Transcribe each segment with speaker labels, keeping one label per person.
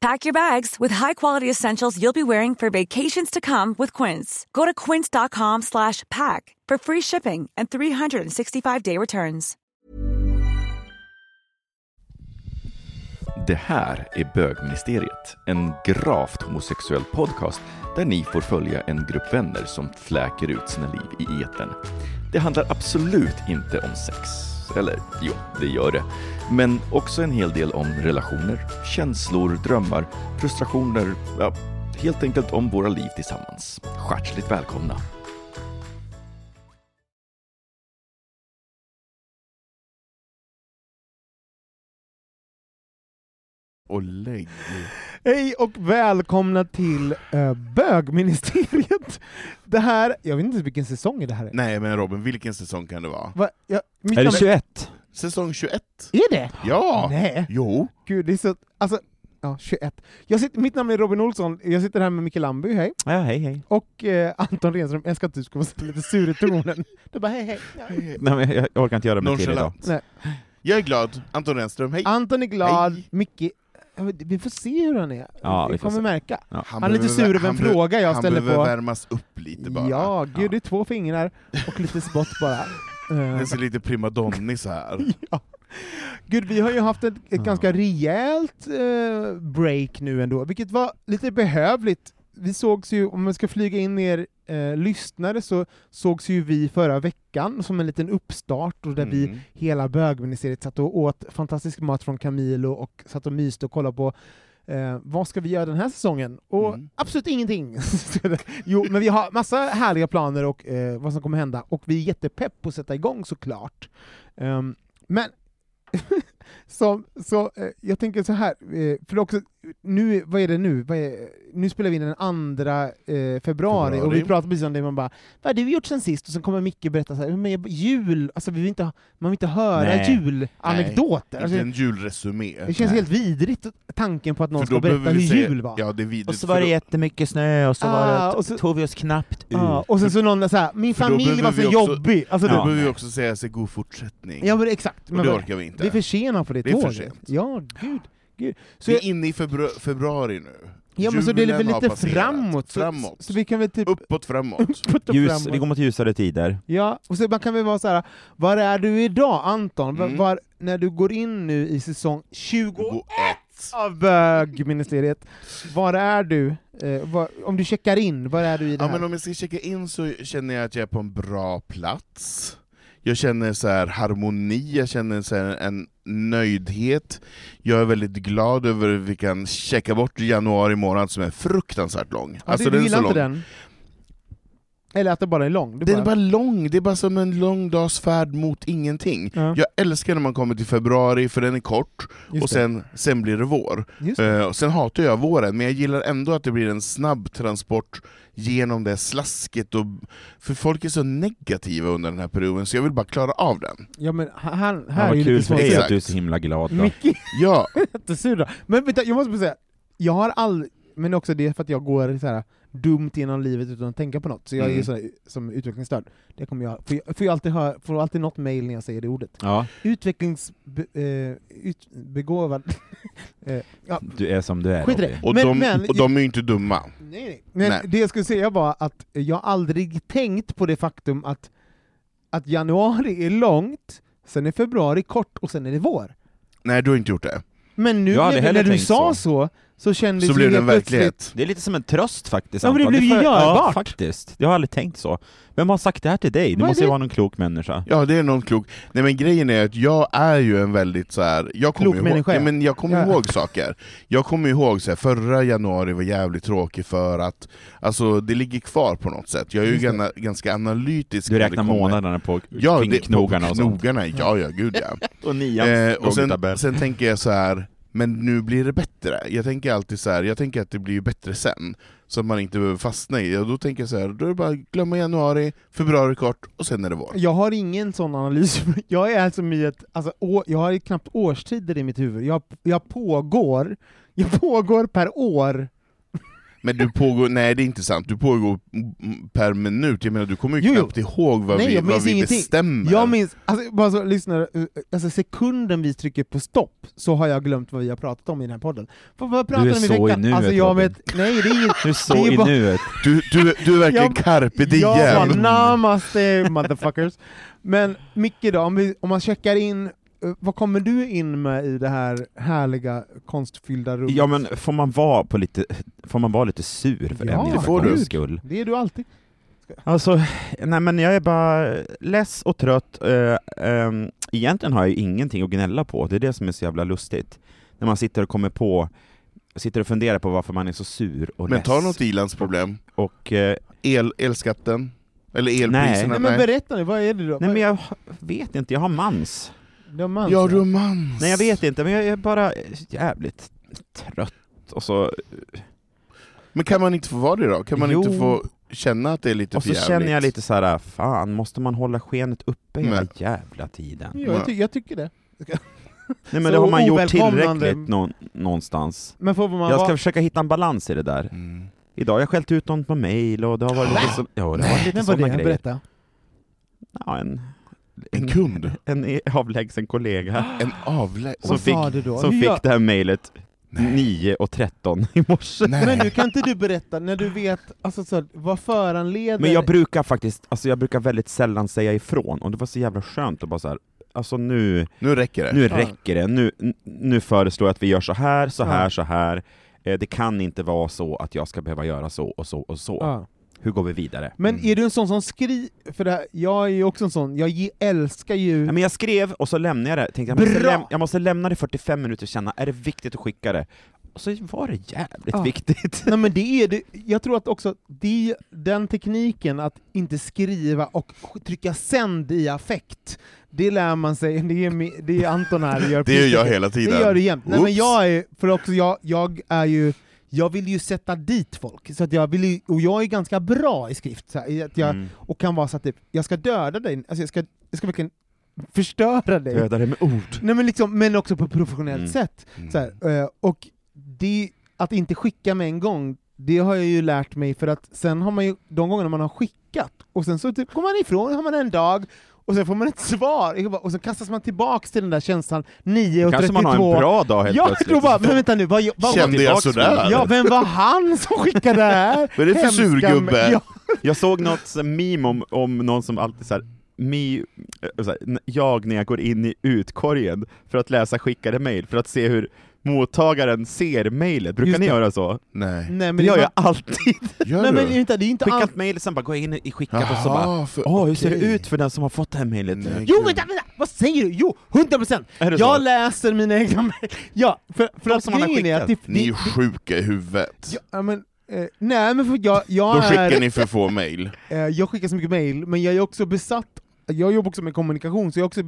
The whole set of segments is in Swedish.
Speaker 1: Pack your bags with high-quality essentials you'll be wearing for vacations to come with Quince. Go to quince.com slash pack for free shipping and 365-day returns.
Speaker 2: Det här är Bögministeriet, en gravt homosexuell podcast där ni får följa en grupp vänner som fläker ut sina liv i etern. Det handlar absolut inte om sex. Eller jo, det gör det. Men också en hel del om relationer, känslor, drömmar, frustrationer, ja, helt enkelt om våra liv tillsammans. Hjärtligt välkomna!
Speaker 3: Och lägg.
Speaker 4: Hej och välkomna till eh, bögministeriet! Det här, jag vet inte vilken säsong det här är.
Speaker 3: Nej men Robin, vilken säsong kan det vara?
Speaker 4: Va, jag, mitt
Speaker 5: Är det
Speaker 4: namn-
Speaker 5: 21?
Speaker 3: Säsong 21?
Speaker 4: Är det?
Speaker 3: Ja!
Speaker 4: Nej,
Speaker 3: Jo!
Speaker 4: gud det är så... Alltså, ja, 21. Jag sitter, mitt namn är Robin Olsson, jag sitter här med Micke Lamby, hej.
Speaker 5: Ja, hej hej.
Speaker 4: Och eh, Anton Renström, jag ska att du ska vara så lite sur i tonen. Du bara hej hej. Ja.
Speaker 5: Nej, men jag, jag orkar inte göra mig till idag.
Speaker 3: Nonchalant.
Speaker 4: Nej.
Speaker 3: Jag är glad. Anton Renström, hej!
Speaker 4: Anton är glad,
Speaker 3: Hej.
Speaker 4: Micke... ja, men Vi får se hur han är.
Speaker 5: Ja,
Speaker 4: vi
Speaker 5: vi får
Speaker 4: kommer
Speaker 5: se.
Speaker 4: märka.
Speaker 3: Han,
Speaker 4: är lite
Speaker 3: behöver-
Speaker 4: sur över en
Speaker 3: han behöver-
Speaker 4: fråga jag ställer
Speaker 3: Han behöver
Speaker 4: på.
Speaker 3: värmas upp lite bara.
Speaker 4: Ja, gud det är två fingrar och lite spott bara. Eh,
Speaker 3: Han ser lite primadonni så här.
Speaker 4: Gud, vi har ju haft ett, ett ganska rejält eh, break nu ändå, vilket var lite behövligt. Vi sågs ju, om man ska flyga in er eh, lyssnare, så sågs ju vi förra veckan som en liten uppstart, och där vi
Speaker 3: Mm.
Speaker 4: hela bögministeriet satt och åt fantastisk mat från Camilo och satt och myste och kollade på eh, vad ska vi göra den här säsongen? Och
Speaker 3: Mm.
Speaker 4: absolut ingenting! jo, men vi har massa härliga planer och eh, vad som kommer hända, och vi är jättepepp på att sätta igång såklart. Ehm, men som, så, eh, jag tänker så här, eh, för det är också, nu, vad är det nu? Vad är, nu spelar vi in den andra eh, februari,
Speaker 3: Februari.
Speaker 4: och vi pratar precis om det, man bara ”Vad har du gjort sen sist?” och så kommer Micke berätta så här, men jag- jul, alltså vi vill inte, ha- man vill inte höra
Speaker 5: Nej.
Speaker 4: julanekdoter.
Speaker 3: Inte
Speaker 4: Alltså,
Speaker 3: en julresumé.
Speaker 4: det känns helt vidrigt, tanken på att någon
Speaker 3: För
Speaker 4: ska
Speaker 3: då
Speaker 4: berätta
Speaker 3: behöver
Speaker 4: hur
Speaker 3: vi säga-
Speaker 4: jul var.
Speaker 3: Ja, det är vidrigt.
Speaker 5: Och så
Speaker 3: för
Speaker 5: var det
Speaker 3: då-
Speaker 5: jättemycket snö och så Ah, var det
Speaker 4: Ah,
Speaker 5: att-
Speaker 4: och så-
Speaker 5: tog vi oss knappt ur.
Speaker 4: Ja, och sen så någon så här, min
Speaker 3: mm. För då
Speaker 4: familj
Speaker 3: behöver
Speaker 4: var så
Speaker 3: vi också-
Speaker 4: jobbig. Alltså,
Speaker 3: Då
Speaker 4: ja.
Speaker 3: behöver vi också säga sig god fortsättning.
Speaker 4: ja, men exakt.
Speaker 3: och
Speaker 4: Men
Speaker 3: det
Speaker 4: vad-
Speaker 3: orkar vi inte.
Speaker 4: vi är försenade på det,
Speaker 3: Det är för
Speaker 4: tåget.
Speaker 3: sent.
Speaker 4: Ja, gud. gud. Så
Speaker 3: vi
Speaker 4: jag,
Speaker 3: är inne i febru- februari nu.
Speaker 4: ja, men så det är väl
Speaker 3: Julen har
Speaker 4: lite
Speaker 3: passerat.
Speaker 4: framåt. Så,
Speaker 3: framåt.
Speaker 4: så vi kan väl typ...
Speaker 3: Uppåt, framåt.
Speaker 4: putta
Speaker 5: Ljus,
Speaker 4: framåt.
Speaker 5: det går mot ljusare tider.
Speaker 4: Ja, och så man kan väl vara så här. var är du idag Anton? V-
Speaker 3: Mm.
Speaker 4: Var, när du går in nu i säsong 20
Speaker 3: Gå ett.
Speaker 4: av bögministeriet, var är du? Eh, var, om du checkar in, var är du i
Speaker 3: Ja,
Speaker 4: det här?
Speaker 3: men om jag ska checka in så känner jag att jag är på en bra plats. Jag känner så här harmoni, jag känner så här en nöjdhet. Jag är väldigt glad över att vi kan checka bort januari månad som är fruktansvärt lång.
Speaker 4: Ja, du, du
Speaker 3: Alltså, den är så
Speaker 4: gillar inte
Speaker 3: lång.
Speaker 4: den? Eller att den bara är lång? Du
Speaker 3: Den är bara lång, det är bara som en lång dags färd mot ingenting.
Speaker 4: Ja.
Speaker 3: Jag älskar när man kommer till februari för den är kort,
Speaker 4: Just
Speaker 3: och sen, sen blir det vår.
Speaker 4: det. Just det.
Speaker 3: Eh, och sen hatar jag våren, men jag gillar ändå att det blir en snabb transport genom det slasket, och, för folk är så negativa under den här perioden, så jag vill bara klara av den.
Speaker 4: Ja men han, han,
Speaker 5: Ja,
Speaker 4: här är
Speaker 5: vad
Speaker 4: ju
Speaker 5: kul
Speaker 4: lite
Speaker 5: för
Speaker 4: svårt.
Speaker 5: dig
Speaker 3: Exakt.
Speaker 5: att du är så himla glad då.
Speaker 4: Mycket
Speaker 3: Ja,
Speaker 4: jättesur då. Men vänta, jag måste bara säga, jag har aldrig, men också det är för att jag går så här dumt genom livet utan att tänka på något, så jag är
Speaker 3: Mm.
Speaker 4: ju sådär som utvecklingsstörd. Det kommer jag, får jag får ju alltid, hör, får alltid något mail när jag säger det ordet. eh,
Speaker 5: Ja,
Speaker 4: Utvecklingsbegåvad.
Speaker 5: du är som du är
Speaker 4: Skit i det.
Speaker 5: Robin.
Speaker 3: och,
Speaker 4: Men-
Speaker 3: de,
Speaker 4: men-
Speaker 3: och de är ju inte dumma.
Speaker 4: Nej, nej. Men
Speaker 3: Nej.
Speaker 4: det jag skulle säga var att jag aldrig tänkt på det faktum att, att januari är långt, sen är februari kort och sen är det vår.
Speaker 3: Nej, du har inte gjort det.
Speaker 4: Men nu
Speaker 5: Jag hade
Speaker 4: blev det,
Speaker 5: heller
Speaker 4: när du
Speaker 5: tänkt
Speaker 4: sa så.
Speaker 5: så.
Speaker 4: så, så kändes
Speaker 3: Så
Speaker 4: ju
Speaker 3: blev det
Speaker 4: helt
Speaker 3: en
Speaker 4: plötsligt-
Speaker 3: verklighet.
Speaker 5: Det är lite som en tröst faktiskt
Speaker 4: Ja, men det
Speaker 5: Anton.
Speaker 4: blev ju
Speaker 5: för- Ja,
Speaker 4: görbart.
Speaker 5: faktiskt. Jag har aldrig tänkt så. Vem har sagt det här till dig? Det
Speaker 4: Vad är
Speaker 5: måste ju
Speaker 4: det?
Speaker 5: vara någon klok människa.
Speaker 3: Ja, det är någon klok. Nej men grejen är att jag är ju en väldigt så här. jag kommer
Speaker 4: Klok
Speaker 3: ihåg,
Speaker 4: människa,
Speaker 3: Nej,
Speaker 4: ja.
Speaker 3: men jag kommer
Speaker 4: Ja.
Speaker 3: ihåg saker. Jag kommer ihåg så här, förra januari var jävligt tråkig för att, alltså det ligger kvar på något sätt. Jag är ju
Speaker 4: Just det.
Speaker 3: gana, ganska analytisk.
Speaker 5: Du
Speaker 3: när det
Speaker 5: räknar
Speaker 3: kommer-
Speaker 5: månaderna på
Speaker 3: Ja,
Speaker 5: kring
Speaker 3: det,
Speaker 5: knogarna
Speaker 3: på
Speaker 5: och sånt.
Speaker 3: knogarna. Ja, ja, gud ja.
Speaker 5: Och nians
Speaker 3: Eh, och sen,
Speaker 5: gångtabell.
Speaker 3: sen tänker jag så här. men nu blir det bättre. Jag tänker alltid så här. jag tänker att det blir ju bättre sen. Så att man inte behöver fastna i det. Och då tänker jag så här. då är det bara att glömma januari, februari kort, och sen är det vår.
Speaker 4: Jag har ingen sån analys. Jag är alltså i ett, alltså, å, jag har ju knappt årstider i mitt huvud. Jag, jag pågår, jag pågår per år.
Speaker 3: Men du pågår, nej det är inte sant, du pågår mm, per minut, jag menar du kommer ju
Speaker 4: Jo, jo.
Speaker 3: knappt ihåg vad
Speaker 4: Nej,
Speaker 3: vi,
Speaker 4: jag
Speaker 3: vad
Speaker 4: minns
Speaker 3: vi
Speaker 4: ingenting.
Speaker 3: bestämmer.
Speaker 4: Jag minns, alltså, bara så, lyssna, eh, alltså, sekunden vi trycker på stopp så har jag glömt vad vi har pratat om i den här podden. Vad, vad pratade
Speaker 5: är
Speaker 4: vi om i
Speaker 5: så i
Speaker 4: veckan?
Speaker 5: nuet,
Speaker 4: alltså, jag
Speaker 5: Robin.
Speaker 4: vet, nej det är inget,
Speaker 5: Du är så
Speaker 4: det är
Speaker 5: i
Speaker 4: bara-
Speaker 5: nuet.
Speaker 3: du, du, du är verkligen
Speaker 4: Jag-
Speaker 3: carpe diem!
Speaker 4: Jag bara namaste motherfuckers. Men Micke då, om, vi, om man checkar in, eh, vad kommer du in med i det här härliga konstfyllda rummet?
Speaker 5: Ja men får man vara, på lite, får man vara lite sur för
Speaker 4: Ja,
Speaker 5: en
Speaker 4: det
Speaker 5: för
Speaker 4: får
Speaker 5: guds
Speaker 4: du.
Speaker 5: skull?
Speaker 4: Det är du alltid.
Speaker 5: Alltså, nej men jag är bara less och trött. Eh, ehm, Egentligen har jag ju ingenting att gnälla på, det är det som är så jävla lustigt. När man sitter och kommer på, sitter och funderar på varför man är så sur och
Speaker 3: Men
Speaker 5: less.
Speaker 3: ta något i-landsproblem,
Speaker 5: Och, eh,
Speaker 3: El, elskatten, eller
Speaker 5: Nej.
Speaker 3: elpriserna,
Speaker 4: Nej, men berätta nu, vad är det då?
Speaker 5: nej men jag vet inte, jag har mans.
Speaker 4: De anser-
Speaker 3: Ja romans!
Speaker 5: Nej jag vet inte, men jag är bara jävligt trött och så,
Speaker 3: Typ Men kan man inte få vara det då? Kan man
Speaker 5: Jo.
Speaker 3: inte få känna att det är lite
Speaker 5: och så
Speaker 3: förjävligt?
Speaker 5: känner jag lite så här: fan måste man hålla skenet uppe hela
Speaker 3: Nej.
Speaker 5: jävla tiden?
Speaker 4: Ja, jag, ty- jag tycker det.
Speaker 5: Nej men
Speaker 4: Så
Speaker 5: det har man gjort
Speaker 4: ovälkomnande.
Speaker 5: tillräckligt nå- någonstans.
Speaker 4: Men får man
Speaker 5: Jag
Speaker 4: vara...
Speaker 5: ska försöka hitta en balans i det där.
Speaker 3: Mm.
Speaker 5: Idag har jag skällt ut någon på mail och det har varit lite, så, ja, det har varit lite
Speaker 4: Vem var
Speaker 5: sådana
Speaker 4: det?
Speaker 5: grejer.
Speaker 4: Berätta.
Speaker 5: Ja, en,
Speaker 3: En kund?
Speaker 5: en i- avlägsen kollega
Speaker 3: En avlägsen?
Speaker 5: Som
Speaker 4: Vad
Speaker 5: fick-
Speaker 4: sa du då?
Speaker 5: som
Speaker 4: Hur gör-
Speaker 5: fick det här mejlet
Speaker 3: Nej.
Speaker 5: 9.13 i morse.
Speaker 3: Nej.
Speaker 4: Men nu kan inte du berätta, när du vet, alltså så, här, vad föranleder...
Speaker 5: Men jag brukar faktiskt, alltså jag brukar väldigt sällan säga ifrån och det var så jävla skönt att bara så här. Alltså nu,
Speaker 3: Nu räcker det.
Speaker 5: nu
Speaker 4: Ja.
Speaker 5: räcker det, nu, n- nu föreslår jag att vi gör så här, så
Speaker 4: Ja.
Speaker 5: här, så här. Eh, Det kan inte vara så att jag ska behöva göra så och så och så.
Speaker 4: Ja.
Speaker 5: Hur går vi vidare?
Speaker 4: Men är du en sån som skriver? För det här, jag är ju också en sån, jag ge- älskar ju...
Speaker 5: Ja, men jag skrev och så lämnade jag det, tänkte jag måste,
Speaker 4: Bra!
Speaker 5: läm- jag måste lämna det i 45 minuter och känna, är det viktigt att skicka det? Och så var det jävligt
Speaker 4: Ja.
Speaker 5: viktigt.
Speaker 4: Nej men det är det, jag tror att också det, den tekniken att inte skriva och trycka sänd i affekt, det lär man sig, det är, mi- det är Anton här gör
Speaker 3: Det gör
Speaker 4: precis
Speaker 3: jag hela tiden.
Speaker 4: Det gör du jämt. Nej, men
Speaker 3: Oops.
Speaker 4: jag är, för också jag, jag är ju jag vill ju sätta dit folk, så att jag vill ju, och jag är ganska bra i skrift, så här, i att jag,
Speaker 5: Mm.
Speaker 4: och kan vara så att typ, jag ska döda dig, alltså jag ska, jag ska verkligen förstöra dig.
Speaker 5: Döda det med ord.
Speaker 4: Nej, men, liksom, men också på professionellt
Speaker 5: Mm.
Speaker 4: sätt.
Speaker 3: Mm.
Speaker 4: Så här, eh, och det, att inte skicka med en gång, det har jag ju lärt mig för att sen har man ju, de gångerna man har skickat, och sen så typ, går man ifrån, har man en dag, och sen får man ett svar, Jag bara- och så kastas man tillbaks till den där känslan 9.32.
Speaker 5: Kanske man har en bra dag helt
Speaker 4: Ja,
Speaker 5: plötsligt.
Speaker 4: då bara, men vänta nu, vad, vad,
Speaker 3: Kände jag sådär?
Speaker 4: ja, vem var han som skickade det här?
Speaker 3: Vad är det för
Speaker 4: Hemska-
Speaker 3: surgubbe?
Speaker 4: Ja,
Speaker 5: Jag såg något så här meme om, om någon som alltid såhär, mi, äh, så här, n- jag när jag går in i utkorgen för att läsa skickade mejl, för att se hur mottagaren ser mejlet. Brukar
Speaker 4: Just
Speaker 5: ni
Speaker 4: det.
Speaker 5: göra så?
Speaker 3: Nej.
Speaker 4: Nej men
Speaker 5: Det
Speaker 4: det
Speaker 5: gör
Speaker 4: är
Speaker 5: jag alltid.
Speaker 3: Gör
Speaker 4: Nej
Speaker 3: du?
Speaker 4: men vänta, det är inte alls...
Speaker 5: Skickat mejl, sen bara går jag in i skickat och så bara,
Speaker 3: Jaha, för-
Speaker 5: åh hur ser det
Speaker 3: okej.
Speaker 5: ut för den som har fått det här mejlet?
Speaker 3: Nej,
Speaker 4: Jo
Speaker 3: gud.
Speaker 4: vänta, vänta! Vad säger du? Jo, 100%! procent!
Speaker 5: Är det
Speaker 4: Jag
Speaker 5: så?
Speaker 4: läser mina egna mejl. Ja, för, för
Speaker 5: De
Speaker 4: att
Speaker 5: som han har
Speaker 4: grejen är att... Det,
Speaker 3: Ni
Speaker 4: det,
Speaker 3: är sjuka i huvudet.
Speaker 4: ja, men, eh, nej men för jag, jag,
Speaker 3: Då skickar
Speaker 4: är,
Speaker 3: ni för få mejl.
Speaker 4: eh, jag skickar så mycket mejl, men jag är också besatt, jag jobbar också med kommunikation, så jag, är också,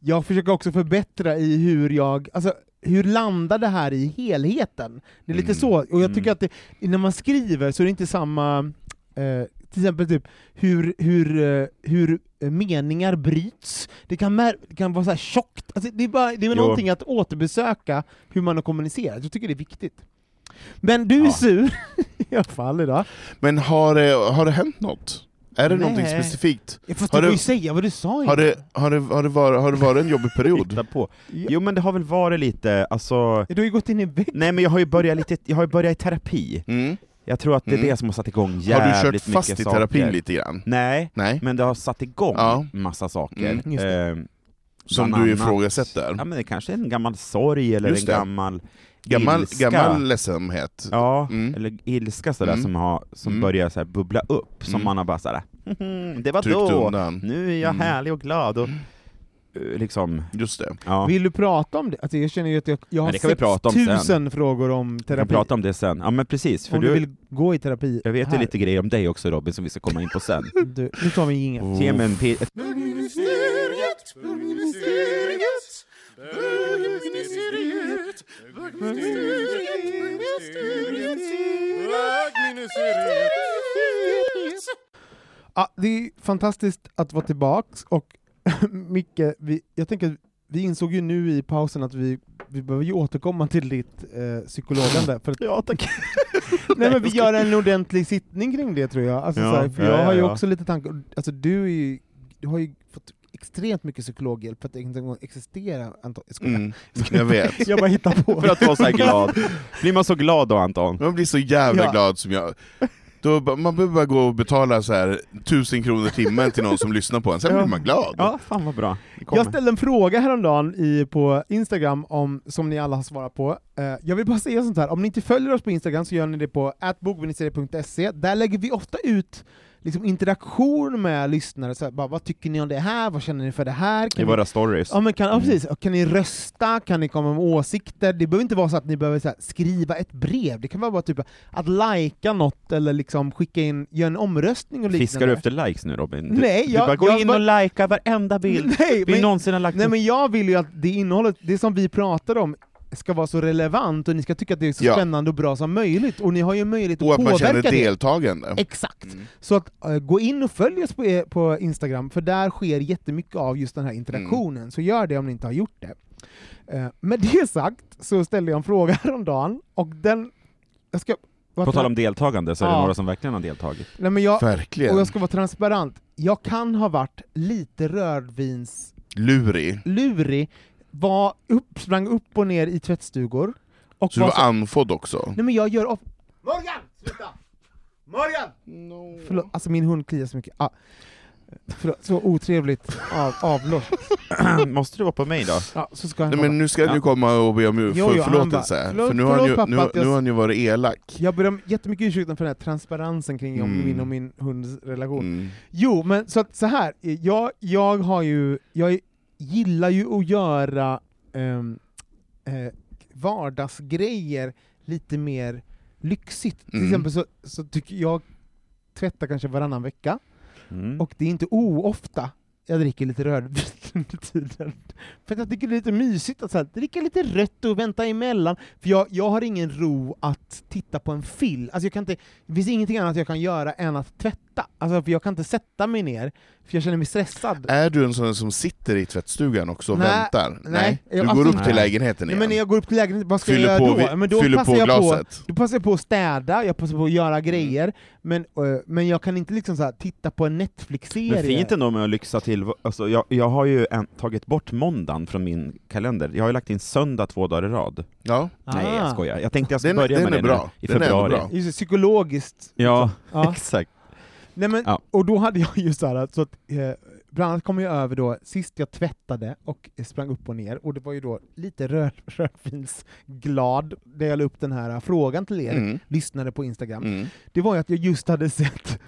Speaker 4: jag försöker också förbättra i hur jag, alltså hur landar det här i helheten? Det är lite
Speaker 3: Mm.
Speaker 4: så, och jag tycker
Speaker 5: Mm.
Speaker 4: att det, när man skriver så är det inte samma, eh, till exempel typ hur, hur, eh, hur eh, meningar bryts, det kan, mär- det kan vara så här tjockt, alltså det är, bara, det är väl
Speaker 5: Jo.
Speaker 4: någonting att återbesöka hur man har kommunicerat, jag tycker det är viktigt. Men du är
Speaker 5: Ja.
Speaker 4: sur i alla fall idag.
Speaker 3: Men har det, har det hänt något? Är det
Speaker 4: Nej.
Speaker 3: någonting specifikt?
Speaker 4: Ja, Fast
Speaker 3: Har
Speaker 4: du
Speaker 3: du-
Speaker 4: får ju säga vad du sa
Speaker 3: Har
Speaker 4: innan.
Speaker 3: det, har det, har det, varit, har det varit en jobbig period?
Speaker 5: Hitta på.
Speaker 4: Ja.
Speaker 5: Jo men det har väl varit lite, alltså
Speaker 4: Du har ju gått in i väggen.
Speaker 5: Nej men jag har ju börjat, lite, jag har ju börjat i terapi.
Speaker 3: Mm.
Speaker 5: Jag tror att det är
Speaker 3: Mm.
Speaker 5: det som har satt igång
Speaker 3: Har du
Speaker 5: jävligt
Speaker 3: kört fast
Speaker 5: mycket
Speaker 3: i terapin
Speaker 5: saker.
Speaker 3: lite grann?
Speaker 5: Nej,
Speaker 3: Nej?
Speaker 5: men det har satt igång
Speaker 3: Ja.
Speaker 5: massa saker.
Speaker 3: Mm.
Speaker 4: Just
Speaker 5: Eh,
Speaker 3: Som
Speaker 5: bland
Speaker 3: du
Speaker 5: annat-
Speaker 3: ifrågasätter?
Speaker 5: Ja men det kanske är en gammal sorg eller
Speaker 3: Just
Speaker 5: en
Speaker 3: det.
Speaker 5: gammal
Speaker 3: Gammal,
Speaker 5: ilska.
Speaker 3: gammal ledsamhet.
Speaker 5: Ja,
Speaker 3: Mm.
Speaker 5: eller ilska sådär
Speaker 3: Mm.
Speaker 5: som, har, som
Speaker 3: Mm.
Speaker 5: börjar såhär bubbla upp, som
Speaker 3: Mm.
Speaker 5: man har bara såhär "Mhm, det var
Speaker 3: Tryckt
Speaker 5: då,
Speaker 3: undan.
Speaker 5: nu är jag
Speaker 3: Mm.
Speaker 5: härlig och glad och eh, liksom,
Speaker 3: Just det.
Speaker 5: ja.
Speaker 4: Vill du prata om det? Alltså jag känner ju att jag, jag har
Speaker 5: Men det kan vi prata om
Speaker 4: 6000 frågor om
Speaker 5: Vi kan
Speaker 4: terapi.
Speaker 5: prata om det sen. Ja men precis, för
Speaker 4: om
Speaker 5: du,
Speaker 4: du vill gå i terapi
Speaker 5: jag vet ju
Speaker 4: här.
Speaker 5: lite grejer om dig också Robin som vi ska komma in på sen.
Speaker 4: Du, nu tar vi en jingel.
Speaker 5: Ge mig en pi- ett-
Speaker 4: Ja, det är fantastiskt att vara tillbaks och Micke, vi, jag tänker att vi insåg ju nu i pausen att vi, vi behöver ju återkomma till ditt eh, psykologande. För att,
Speaker 5: Ja tack.
Speaker 4: nej, men vi gör en ordentlig sittning kring det tror jag. Alltså,
Speaker 5: Ja,
Speaker 4: så här, för
Speaker 5: ja,
Speaker 4: jag
Speaker 5: ja,
Speaker 4: har ju
Speaker 5: ja.
Speaker 4: också lite tankar. Alltså, du, är ju, du har ju fått extremt mycket psykologhjälp för att inte en gång existera. Anton. Jag skojar.
Speaker 3: Mm. Jag vet.
Speaker 4: Jag bara hittar på.
Speaker 5: För att vara såhär glad. Blir man så glad då Anton?
Speaker 3: Man blir så jävla
Speaker 4: Ja.
Speaker 3: glad som jag. Då, ba- man behöver bara gå och betala så här, tusen kronor timmen till någon som lyssnar på en, sen
Speaker 4: Ja.
Speaker 3: blir man glad.
Speaker 5: Ja, fan vad bra. Det kommer.
Speaker 4: Jag ställde en fråga häromdagen i, på Instagram om, som ni alla har svarat på. Eh, jag vill bara säga sånt här, om ni inte följer oss på Instagram så gör ni det på atbogministeriet.se. Där lägger vi ofta ut liksom, interaktion med lyssnare. Så här, bara, vad tycker ni om det här? Vad känner ni för det här?
Speaker 5: I
Speaker 4: Kan ni,
Speaker 5: våra stories.
Speaker 4: ja, men kan, ja, precis. kan ni rösta? Kan ni komma med åsikter? Det behöver inte vara så att ni behöver så här, skriva ett brev. Det kan vara bara typ att lajka något eller liksom skicka in, göra en omröstning och liknande.
Speaker 5: Fiskar du efter likes nu Robin? Du,
Speaker 4: Nej,
Speaker 5: du
Speaker 4: jag-
Speaker 5: bara går
Speaker 4: jag
Speaker 5: in
Speaker 4: bara-
Speaker 5: och likar varenda bild
Speaker 4: Nej,
Speaker 5: vi
Speaker 4: men-
Speaker 5: någonsin har lagt
Speaker 4: Nej
Speaker 5: upp.
Speaker 4: men jag vill ju att det innehållet, det som vi pratar om, ska vara så relevant och ni ska tycka att det är så
Speaker 3: Ja.
Speaker 4: spännande och bra som möjligt, och ni har ju möjlighet
Speaker 3: Och
Speaker 4: att
Speaker 3: att man känner
Speaker 4: påverka det.
Speaker 3: deltagande.
Speaker 4: Exakt! Så att eh, gå in och följ oss på, eh, på Instagram, för där sker jättemycket av just den här interaktionen, så gör det om ni inte har gjort det. Eh, med det sagt så ställde jag en fråga häromdagen, och den... Jag ska...
Speaker 5: På tal om deltagande så är det
Speaker 4: Ja.
Speaker 5: några som verkligen har deltagit.
Speaker 4: Nej, men jag,
Speaker 3: Verkligen.
Speaker 4: och jag ska vara transparent, jag kan ha varit lite rödvins
Speaker 3: Lurig.
Speaker 4: lurig, var upp, sprang upp och ner i tvättstugor. Och
Speaker 3: Så du
Speaker 4: var så,
Speaker 3: var andfådd också?
Speaker 4: nej men jag gör of- Morgan! Sluta! Morgan! Förlåt, alltså min hund kliar så mycket. Ah. Förlåt, så otrevligt av, avlopp.
Speaker 5: Måste det vara på mig då?
Speaker 4: Ja, så ska han
Speaker 3: Nej
Speaker 4: komma.
Speaker 3: men nu ska du
Speaker 5: Ja.
Speaker 3: komma och be om ur-
Speaker 4: Jo,
Speaker 3: för,
Speaker 4: jo, han
Speaker 3: förlåtelse,
Speaker 4: bara, "Förlåt-
Speaker 3: för nu har, han ju,
Speaker 4: förlåt, pappa, att
Speaker 3: nu,
Speaker 4: jag-
Speaker 3: nu har han ju varit elak.
Speaker 4: Jag ber om jättemycket ursäkt för den här transparensen kring om
Speaker 3: Mm.
Speaker 4: min och min hunds relation.
Speaker 3: Mm.
Speaker 4: Jo, men så, att, så här. Jag, jag har ju, jag gillar ju att göra ehm, eh, vardagsgrejer lite mer lyxigt. Till
Speaker 3: Mm.
Speaker 4: exempel så, så tycker jag tvättar kanske varannan vecka,
Speaker 5: Mm.
Speaker 4: och det är inte oofta jag dricker lite rödvin under tiden. För att jag tycker det är lite mysigt att så här, dricka lite rött och vänta emellan. För jag, jag har ingen ro att titta på en film. Alltså jag kan inte, det finns ingenting annat jag kan göra än att tvätta. Alltså för jag kan inte sätta mig ner, för jag känner mig
Speaker 5: Äh,
Speaker 4: stressad.
Speaker 3: Är du en sån som sitter i tvättstugan också och
Speaker 4: Nej,
Speaker 3: väntar?
Speaker 4: nej.
Speaker 3: Du
Speaker 4: Jag-
Speaker 3: går upp
Speaker 4: absolut.
Speaker 3: till lägenheten
Speaker 4: Nej,
Speaker 3: igen?
Speaker 4: men när jag går upp till lägenheten, vad ska jag
Speaker 3: fyller
Speaker 4: göra
Speaker 3: på,
Speaker 4: då?
Speaker 3: vi-
Speaker 4: Ja, men då,
Speaker 3: fyller
Speaker 4: passar
Speaker 3: på
Speaker 4: jag på,
Speaker 3: glaset?
Speaker 4: då passar jag på att städa, jag passar på att
Speaker 5: Mm.
Speaker 4: göra grejer, men, eh, men jag kan inte liksom så här, titta på en
Speaker 5: Men
Speaker 4: Netflix-serie.
Speaker 5: fint ändå med att lyxa till, alltså jag, jag har ju en, tagit bort måndagen från min kalender, jag har ju lagt in söndag två dagar i rad.
Speaker 3: Ja.
Speaker 5: Nej jag skojar, jag tänkte jag skulle
Speaker 3: Den-
Speaker 5: börja
Speaker 3: den
Speaker 5: med
Speaker 3: är
Speaker 5: det
Speaker 3: bra.
Speaker 5: nu i
Speaker 3: Den är ändå
Speaker 5: februari.
Speaker 3: bra.
Speaker 4: Ah. Just det, psykologiskt.
Speaker 5: Ja,
Speaker 4: Ja.
Speaker 5: exakt.
Speaker 4: Nej, men,
Speaker 5: Ja.
Speaker 4: Och då hade jag ju såhär, så att, eh, bland annat kom jag över då, sist jag tvättade och sprang upp och ner, och det var ju då lite röd, rödvinsglad, där jag la upp den här eh, frågan till er,
Speaker 3: Mm.
Speaker 4: lyssnade på Instagram,
Speaker 3: Mm.
Speaker 4: det var ju att jag just hade sett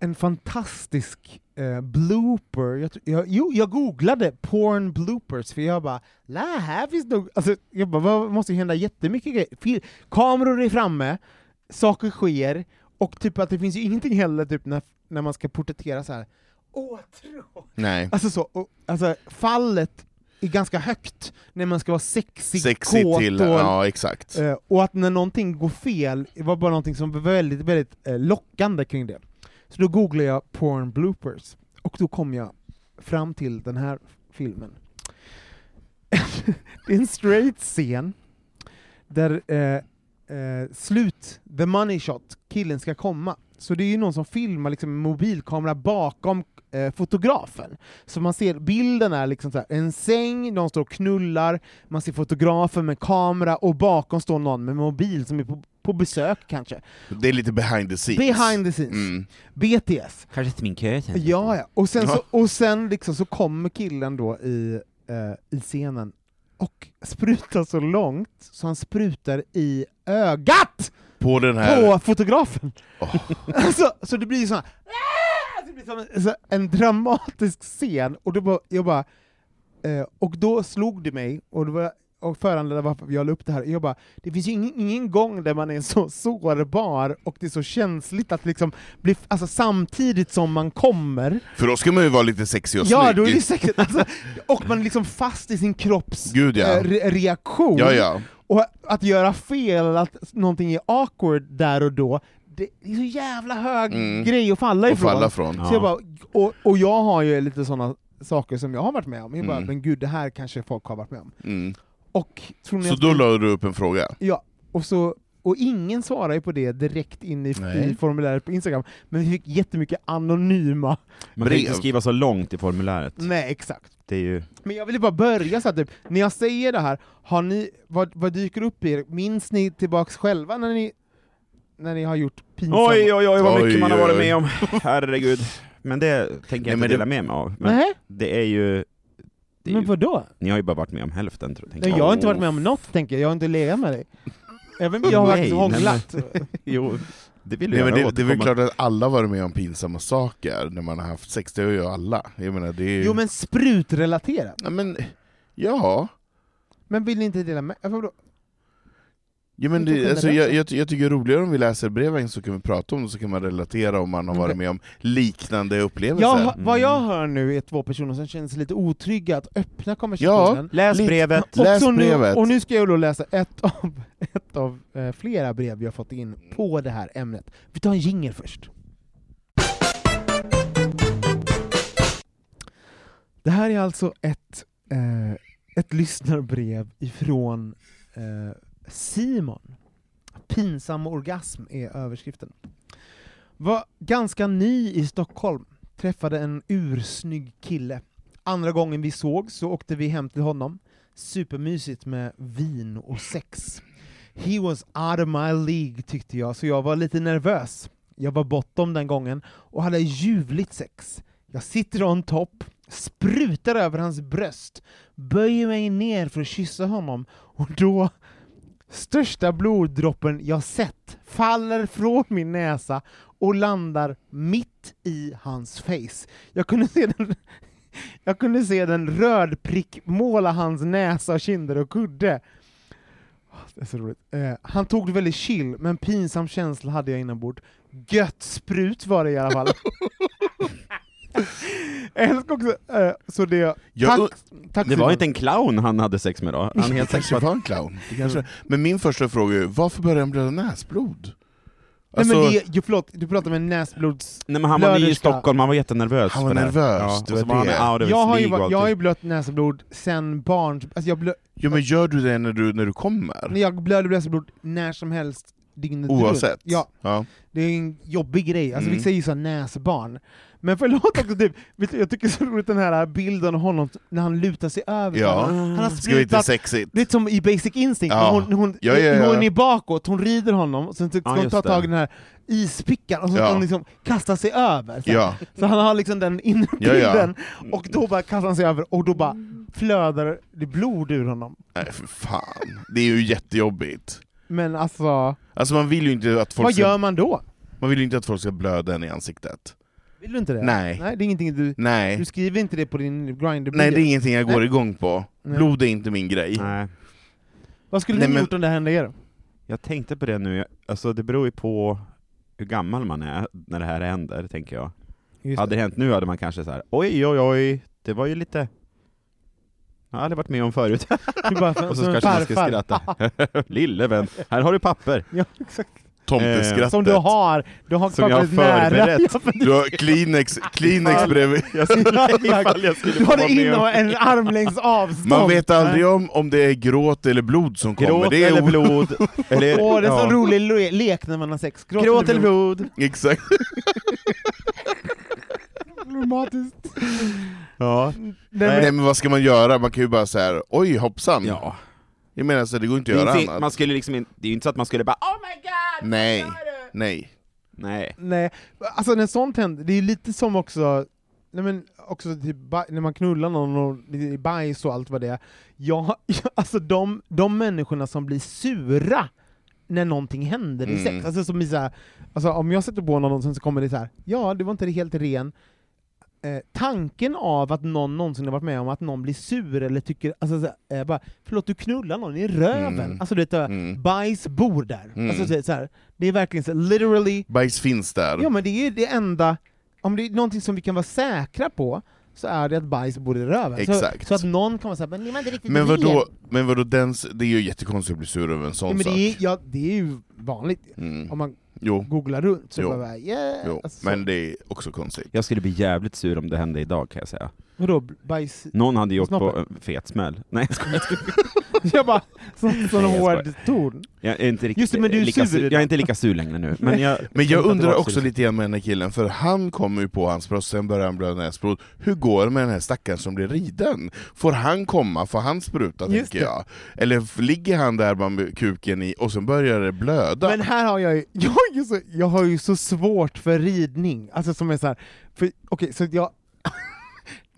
Speaker 4: en fantastisk eh, blooper, jag, tr- jag, jo jag googlade porn bloopers, för jag bara la här finns nog, alltså, jag bara, vad måste ju hända jättemycket grejer, Fil- kameror är framme, saker sker, och typ att det finns ju ingenting heller typ när, när man ska porträttera så här. åtrå!
Speaker 3: Nej.
Speaker 4: Alltså så, och, alltså fallet är ganska högt när man ska vara sexig,
Speaker 3: Sexigt
Speaker 4: Alltså, kåt
Speaker 3: till,
Speaker 4: och
Speaker 3: ja exakt.
Speaker 4: Eh, och att när någonting går fel, det var bara någonting som var väldigt, väldigt eh, lockande kring det. Så då googlade jag porn bloopers, och då kom jag fram till den här filmen. det är en straight scen, där eh, eh, slut, the money shot, killen ska komma. Så det är ju någon som filmar liksom, med mobilkamera bakom eh, fotografen. Så man ser, bilden är liksom så här, en säng, någon står och knullar, man ser fotografen med kamera och bakom står någon med mobil som är på, på besök kanske.
Speaker 3: Det är lite behind the scenes.
Speaker 4: Behind the scenes.
Speaker 3: Mm.
Speaker 4: BTS.
Speaker 5: Kanske sminkösen?
Speaker 4: Ja, ja. Och sen, så, och sen liksom så kommer killen då i, eh, i scenen och sprutar så långt så han sprutar i ögat
Speaker 3: På den här...
Speaker 4: på fotografen!
Speaker 3: Åh.
Speaker 4: Alltså, så det blir ju sån här, "Ah!" Alltså, det blir som en, så en dramatisk scen, och då bara, jag bara... Eh, och då slog det mig, och, det var, och föranledde varför jag la upp det här, jag bara, det finns ju ingen, ingen gång där man är så sårbar och det är så känsligt att liksom bli, alltså samtidigt som man kommer,
Speaker 3: För då ska man ju vara lite sexig och
Speaker 4: ja då är
Speaker 3: snygg.
Speaker 4: det säkert, alltså, och man är liksom fast i sin kropps
Speaker 3: Gud ja.
Speaker 4: eh, re- reaktion,
Speaker 3: Ja, ja.
Speaker 4: och att göra fel, att någonting är awkward där och då, det är så jävla hög
Speaker 3: Mm.
Speaker 4: grej att falla
Speaker 3: Och
Speaker 4: ifrån.
Speaker 3: falla från.
Speaker 4: Så
Speaker 5: Ja.
Speaker 4: jag bara, och, och jag har ju lite sådana saker som jag har varit med om, jag bara,
Speaker 3: Mm.
Speaker 4: men gud det här kanske folk har varit med om.
Speaker 3: Mm.
Speaker 4: Och, tror ni
Speaker 3: Så
Speaker 4: att-
Speaker 3: då la du upp en fråga.
Speaker 4: ja, och, så, och ingen svarar ju på det direkt in i,
Speaker 3: Nej.
Speaker 4: i formuläret på Instagram, men vi fick jättemycket anonyma,
Speaker 5: Man kan ju
Speaker 3: Brev.
Speaker 5: inte skriva så långt i formuläret.
Speaker 4: nej exakt.
Speaker 5: Det är ju...
Speaker 4: Men jag ville bara börja så att typ, när jag säger det här, har ni, vad, vad dyker upp i er? Minns ni tillbaks själva när ni, när ni har gjort pinsamma...
Speaker 5: Oj, oj, oj vad mycket
Speaker 3: Oj,
Speaker 5: man har varit
Speaker 3: oj.
Speaker 5: med om. Herregud. Men det tänker
Speaker 3: Nej,
Speaker 5: jag
Speaker 3: men det-
Speaker 5: inte dela med mig av. Men
Speaker 4: Nej,
Speaker 5: det är ju... Det är
Speaker 4: men
Speaker 5: ju...
Speaker 4: vadå?
Speaker 5: Ni har ju bara varit med om hälften, tror tänker
Speaker 4: Nej, jag har inte varit med om något tänker jag, jag har inte legat med dig. Även jag har
Speaker 5: Nej,
Speaker 4: faktiskt
Speaker 5: nej, men-
Speaker 4: hånglat.
Speaker 5: Jo, det vill
Speaker 3: Nej,
Speaker 5: jag
Speaker 3: men
Speaker 5: gärna
Speaker 3: det, det är väl
Speaker 5: återkomma-
Speaker 3: klart att alla varit med om pinsamma saker när man har haft sex, det har ju alla. Jag menar, det är...
Speaker 4: Jo men sprutrelaterat.
Speaker 3: Ja, men, ja.
Speaker 4: Men vill ni inte dela med er? Vadå?
Speaker 3: Ja, men
Speaker 4: Vi kan
Speaker 3: det, alltså,
Speaker 4: skynda
Speaker 3: jag, jag, ty- jag tycker det är roligare om vi läser breven så kan vi prata om det, så kan man relatera om man har varit
Speaker 4: Okej.
Speaker 3: med om liknande upplevelser.
Speaker 4: Jag,
Speaker 5: Mm.
Speaker 4: vad jag hör nu är två personer som känner sig lite otrygga att öppna konversationen.
Speaker 5: Läs
Speaker 3: Lite-
Speaker 5: brevet.
Speaker 4: Och
Speaker 3: Läs
Speaker 4: så
Speaker 3: brevet.
Speaker 4: Nu, och nu ska jag då läsa ett av, ett av eh, flera brev jag fått in på det här ämnet. Vi tar en jingel först. Det här är alltså ett, eh, ett lyssnarbrev ifrån eh, Simon. Pinsam orgasm är överskriften. Var ganska ny i Stockholm, träffade en ursnygg kille. Andra gången vi såg så åkte vi hem till honom supermysigt med vin och sex. He was out of my league tyckte jag, så jag var lite nervös. Jag var bottom den gången och hade ljuvligt sex. Jag sitter on top, sprutar över hans bröst, böjer mig ner för att kyssa honom och då Största bloddroppen jag sett faller från min näsa och landar mitt i hans face. Jag kunde se den jag kunde se den röd prick måla hans näsa och kinder och kudde. Det är så roligt. Eh, han tog det väldigt chill, men pinsam känsla hade jag inombords. Gött sprut var det i alla fall. jag älskar också, eh, så det...
Speaker 3: Jag-
Speaker 4: tack, tack
Speaker 5: Det var
Speaker 4: Simon.
Speaker 5: inte en clown han hade sex med då. Han
Speaker 3: Han
Speaker 5: är helt
Speaker 3: kanske var en clown. Det kanske... Men min första fråga är, varför började han blöda näsblod?
Speaker 4: Nej,
Speaker 3: Alltså,
Speaker 4: men det, ju, förlåt, du pratar med näsblods...
Speaker 5: Nej, men han var ny i
Speaker 4: Blöderska.
Speaker 5: Stockholm, han var jättenervös
Speaker 3: Han var
Speaker 5: för det här.
Speaker 3: nervös,
Speaker 5: ja.
Speaker 3: det
Speaker 5: och så
Speaker 3: var
Speaker 5: var
Speaker 3: det.
Speaker 5: han out of
Speaker 4: Jag har,
Speaker 5: his
Speaker 4: ju,
Speaker 5: league
Speaker 4: varit-
Speaker 5: och
Speaker 4: jag har ju
Speaker 5: allting.
Speaker 4: blött näsblod sen barn... Alltså jag, blö,
Speaker 3: jo, men gör du det när du, när du kommer?
Speaker 4: när jag blöder näsblod när som helst dygnet runt.
Speaker 3: Oavsett?
Speaker 4: Ja.
Speaker 3: ja.
Speaker 4: Det är en jobbig grej, alltså
Speaker 3: Mm.
Speaker 4: vi säger ju så här näsbarn. Men förlåt också, typ, vet du, jag tycker så roligt den här bilden av honom när han lutar sig över.
Speaker 3: Ja.
Speaker 4: Han har
Speaker 3: Ska vi inte
Speaker 4: sprutat,
Speaker 3: sexigt?
Speaker 4: det är som i Basic Instinct,
Speaker 3: Ja.
Speaker 4: när hon, när hon,
Speaker 3: Ja, ja, ja.
Speaker 4: hon är bakåt, hon rider honom, och sen ska
Speaker 5: Ja,
Speaker 4: hon
Speaker 5: just
Speaker 4: ta
Speaker 5: det.
Speaker 4: tag i den här ispickan och så ska
Speaker 3: Ja.
Speaker 4: hon liksom kasta sig över. Så, här.
Speaker 3: Ja.
Speaker 4: så han har liksom den inre
Speaker 3: Ja,
Speaker 4: bilden,
Speaker 3: ja.
Speaker 4: och då bara kastar han sig över och då bara flödar det blod ur honom.
Speaker 3: Nej, för fan. Det är ju jättejobbigt.
Speaker 4: Men alltså,
Speaker 3: Alltså man vill ju inte att folk,
Speaker 4: vad
Speaker 3: ska,
Speaker 4: gör man då?
Speaker 3: man vill ju inte att folk ska blöda en i ansiktet.
Speaker 4: Vill du inte det?
Speaker 3: Nej.
Speaker 4: Nej, det är ingenting du... Du
Speaker 3: Nej.
Speaker 4: skriver inte det på din grinder
Speaker 3: Nej, det är ingenting jag går
Speaker 4: Nej.
Speaker 3: igång på.
Speaker 4: Nej.
Speaker 3: Blod är inte min grej.
Speaker 5: Nej.
Speaker 4: Vad skulle
Speaker 3: Nej,
Speaker 4: ni
Speaker 3: men-
Speaker 4: gjort om det hände er?
Speaker 5: Jag tänkte på det nu, Jag- alltså det beror ju på hur gammal man är när det här händer, tänker jag. Hade det hänt nu hade man kanske så här: oj oj oj, det var ju lite... Jag har aldrig varit med om förut.
Speaker 4: Du bara, för,
Speaker 5: Och så
Speaker 4: som en
Speaker 5: kanske man ska
Speaker 4: farfar.
Speaker 5: skratta. Lille vän, här har du papper!
Speaker 4: Ja, exakt.
Speaker 3: Tomteskrattet.
Speaker 4: Eh, Som du har, du har
Speaker 5: Som jag
Speaker 4: pappret
Speaker 5: har
Speaker 4: nära.
Speaker 5: förberett.
Speaker 4: Ja, för-
Speaker 3: Du har Kleenex, Kleenex bredvid.
Speaker 5: Jag skulle, ifall jag
Speaker 4: Du
Speaker 5: skulle få vara
Speaker 4: har det
Speaker 5: med
Speaker 4: inom
Speaker 5: om...
Speaker 4: en armlängds avstånd.
Speaker 3: Man vet aldrig om, om det är gråt eller blod som kommer.
Speaker 5: Gråt
Speaker 3: Det är
Speaker 5: eller
Speaker 3: o-
Speaker 5: blod, eller...
Speaker 4: Åh, det är en
Speaker 5: ja.
Speaker 4: sån rolig le- lek när man har sex.
Speaker 5: Gråt eller blod!
Speaker 3: Exakt.
Speaker 4: Problematiskt.
Speaker 5: Ja.
Speaker 4: Nej,
Speaker 3: Nej men vad ska man göra? Man kan ju bara så här. oj hoppsan.
Speaker 5: ja.
Speaker 3: Jag menar så det går inte att
Speaker 5: Det är
Speaker 3: göra
Speaker 5: inte-
Speaker 3: annat.
Speaker 5: man skulle liksom inte, det är ju inte så att man skulle bara oh my god!
Speaker 3: Nej, nej.
Speaker 5: Nej.
Speaker 4: Nej, alltså när sånt händer, det är ju lite som också nej men också typ, ba- när man knullar någon och det är bajs och allt vad det är. Ja, alltså de, de människorna som blir sura när någonting händer i
Speaker 3: Mm.
Speaker 4: sex. Alltså, som är så här, alltså om jag sätter på någon och sen så kommer det så här. ja du var inte helt ren. Eh, tanken av att någon någonsin har varit med om att någon blir sur eller tycker, alltså, så här, eh, bara, förlåt du knullar någon i röven.
Speaker 3: Mm.
Speaker 4: Alltså du vet, eh,
Speaker 3: Mm.
Speaker 4: bajs bor där.
Speaker 3: Mm.
Speaker 4: Alltså, så- så här, det är verkligen så, literally
Speaker 3: Bajs finns där.
Speaker 4: Ja men det är ju det enda, om det är någonting som vi kan vara säkra på, så är det att bajs bor i röven. Så,
Speaker 3: Exakt.
Speaker 4: så att någon kan vara såhär, men ni var inte riktigt
Speaker 3: men
Speaker 4: ren."
Speaker 3: vadå, men vadå den, s- det är ju jättekonstigt att bli sur över en
Speaker 4: Ja,
Speaker 3: sån
Speaker 4: men det,
Speaker 3: sak.
Speaker 4: är, ja, det är ju vanligt,
Speaker 3: Mm.
Speaker 4: om man
Speaker 3: Jo,
Speaker 4: googlar runt så
Speaker 3: Jo.
Speaker 4: bara yeah.
Speaker 3: jo.
Speaker 4: Alltså,
Speaker 3: men det är också konstigt.
Speaker 5: Jag skulle bli jävligt sur om det hände idag kan jag säga.
Speaker 4: Vadå bajs?
Speaker 5: Någon hade ju åkt på
Speaker 4: Snoppen.
Speaker 5: en fet smäll. Nej jag skojar.
Speaker 4: jag bara, så, sån
Speaker 5: Nej, jag
Speaker 4: hård ton.
Speaker 5: Jag är inte riktigt
Speaker 4: Just det, men du är
Speaker 5: lika
Speaker 4: sur idag.
Speaker 5: Jag är inte lika sur längre nu. Men jag,
Speaker 3: Men jag
Speaker 5: tänkte att det
Speaker 3: undrar
Speaker 5: var
Speaker 3: också
Speaker 5: sur.
Speaker 3: lite grann med den här killen, för han kommer ju på hans bröst, sen börjar han blöda näsblod. Hur går det med den här stackaren som blir riden? Får han komma? Får han spruta,
Speaker 4: Just
Speaker 3: tänker
Speaker 4: det.
Speaker 3: jag? Eller f- ligger han där med kuken i, och sen börjar det blöda?
Speaker 4: Men här har jag ju, jag har ju, så, jag har ju så svårt för ridning, alltså som är såhär, okej så att jag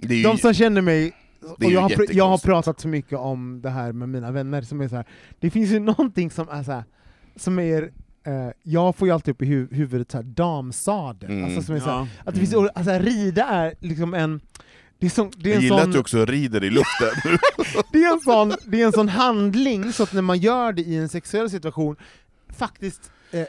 Speaker 3: det är ju,
Speaker 4: De som känner mig,
Speaker 3: Det är
Speaker 4: och
Speaker 3: ju
Speaker 4: jag har, pr- jag har
Speaker 3: jättekonstigt.
Speaker 4: pratat så mycket om det här med mina vänner, som är så här, det finns ju någonting som är så här, som är eh, jag får ju alltid upp i hu- huvudet så här, damsadel,
Speaker 3: Mm.
Speaker 4: alltså som är så här,
Speaker 5: Ja.
Speaker 4: att det finns, alltså, rida är liksom en det är, som, det, är
Speaker 3: jag
Speaker 4: en
Speaker 3: gillar att du
Speaker 4: sån,
Speaker 3: också rider i luften.
Speaker 4: det, är en sån, det är en sån handling så att när man gör det i en sexuell situation faktiskt eh,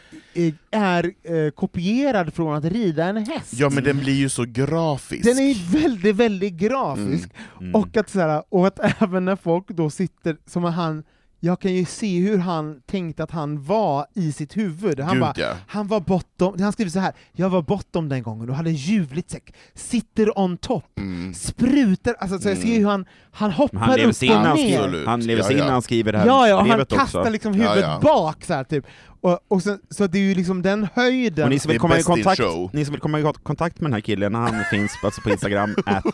Speaker 4: eh, är eh, kopierad från att rida en häst.
Speaker 3: ja men den blir ju så grafisk.
Speaker 4: Den är ju väldigt, väldigt grafisk.
Speaker 5: Mm.
Speaker 4: Och att, så här, och att även när folk då sitter, som han, jag kan ju se hur han tänkte att han var i sitt huvud. Han
Speaker 3: Gud
Speaker 4: bara,
Speaker 3: ja.
Speaker 4: han var bottom, han skriver så här. jag var bottom den gången och hade en ljuvligt säck, sitter on top,
Speaker 3: Mm.
Speaker 4: sprutar, alltså så jag ser hur han, han hoppar
Speaker 5: Mm. Men han lever
Speaker 4: upp
Speaker 5: sig in när
Speaker 4: och
Speaker 5: han
Speaker 4: ner.
Speaker 3: Absolut.
Speaker 5: Han lever sig
Speaker 3: Ja,
Speaker 5: in när
Speaker 3: ja.
Speaker 5: han skriver det här
Speaker 4: Ja, ja, och han
Speaker 5: brevet
Speaker 4: kastar
Speaker 5: också.
Speaker 4: liksom
Speaker 3: Ja,
Speaker 4: huvudet
Speaker 3: ja.
Speaker 4: bak så här, typ. Och, och sen, så det är ju liksom den höjden.
Speaker 5: Och ni, som
Speaker 3: Det är
Speaker 5: vill komma i
Speaker 3: bäst in
Speaker 5: kontakt,
Speaker 3: show.
Speaker 5: ni som vill komma i kontakt med den här killen, han finns alltså på Instagram, at...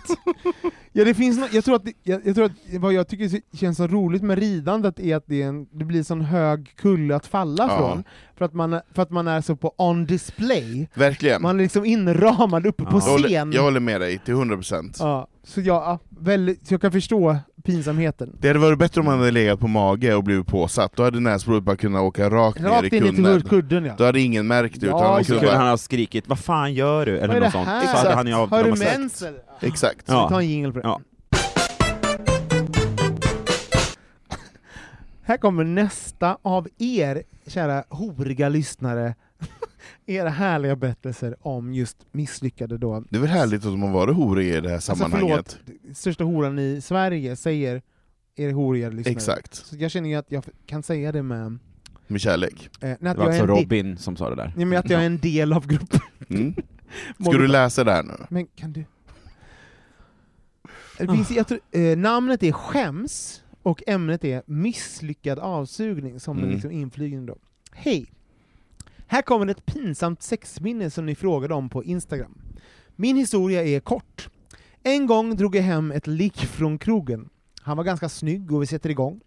Speaker 4: Ja, det finns nå- jag, tror att det, jag, jag tror att vad jag tycker så- känns så roligt med ridandet är att det, är en, det blir en sån hög kulle att falla
Speaker 3: Ja.
Speaker 4: från, för att, man, för att man är så på on display.
Speaker 3: Verkligen.
Speaker 4: Man är liksom inramad uppe
Speaker 5: Ja.
Speaker 4: på
Speaker 3: Mm. jag,
Speaker 4: scen.
Speaker 3: håller, jag håller med dig till 100%.
Speaker 4: Ja, så, jag, ja, väldigt, så jag kan förstå pinsamheten.
Speaker 3: Det hade varit bättre om han hade legat på mage och blivit påsatt, då hade näsblodet bara kunnat åka rakt,
Speaker 4: Rakt
Speaker 3: ner
Speaker 4: in
Speaker 3: i
Speaker 4: i
Speaker 3: kudden.
Speaker 4: kudden ja.
Speaker 3: Då hade ingen märkt det, utan
Speaker 4: Ja,
Speaker 3: han
Speaker 4: just
Speaker 5: Så
Speaker 3: skulle
Speaker 4: det.
Speaker 5: kunde
Speaker 3: bara...
Speaker 5: han ha skrikit 'Vad fan gör du?'
Speaker 4: Vad
Speaker 5: eller
Speaker 4: är det
Speaker 5: något sånt. Så hade
Speaker 4: här?
Speaker 5: han ju av-
Speaker 4: Har
Speaker 5: de
Speaker 4: du
Speaker 5: har sagt-
Speaker 4: mens eller?
Speaker 3: Exakt.
Speaker 4: Ska vi
Speaker 5: Ja.
Speaker 4: ta en jingle på det?
Speaker 5: Ja.
Speaker 4: Här kommer nästa av er, kära horiga lyssnare, era härliga berättelser om just misslyckade då
Speaker 3: Det är väl härligt att de har varit horiga i det här sammanhanget?
Speaker 4: Alltså förlåt, största horan i Sverige säger er horiga lyssnare.
Speaker 3: Exakt,
Speaker 4: Så jag känner ju att jag kan säga det med...
Speaker 3: med kärlek.
Speaker 4: Eh, nej, att,
Speaker 5: Det var
Speaker 4: jag är
Speaker 5: alltså
Speaker 4: en del-
Speaker 5: Robin som sa det där.
Speaker 4: nej, men att jag är en del av gruppen.
Speaker 3: Mm. Ska
Speaker 4: Många-
Speaker 3: du läsa det här nu?
Speaker 4: Men kan du... Det finns, jag tror, eh, namnet är Skäms och ämnet är misslyckad avsugning som
Speaker 3: Mm.
Speaker 4: mm. liksom inflygning då. Hej! Här kommer ett pinsamt sexminne som ni frågade om på Instagram. Min historia är kort. En gång drog jag hem ett ligg från krogen. Han var ganska snygg och vi sätter igång.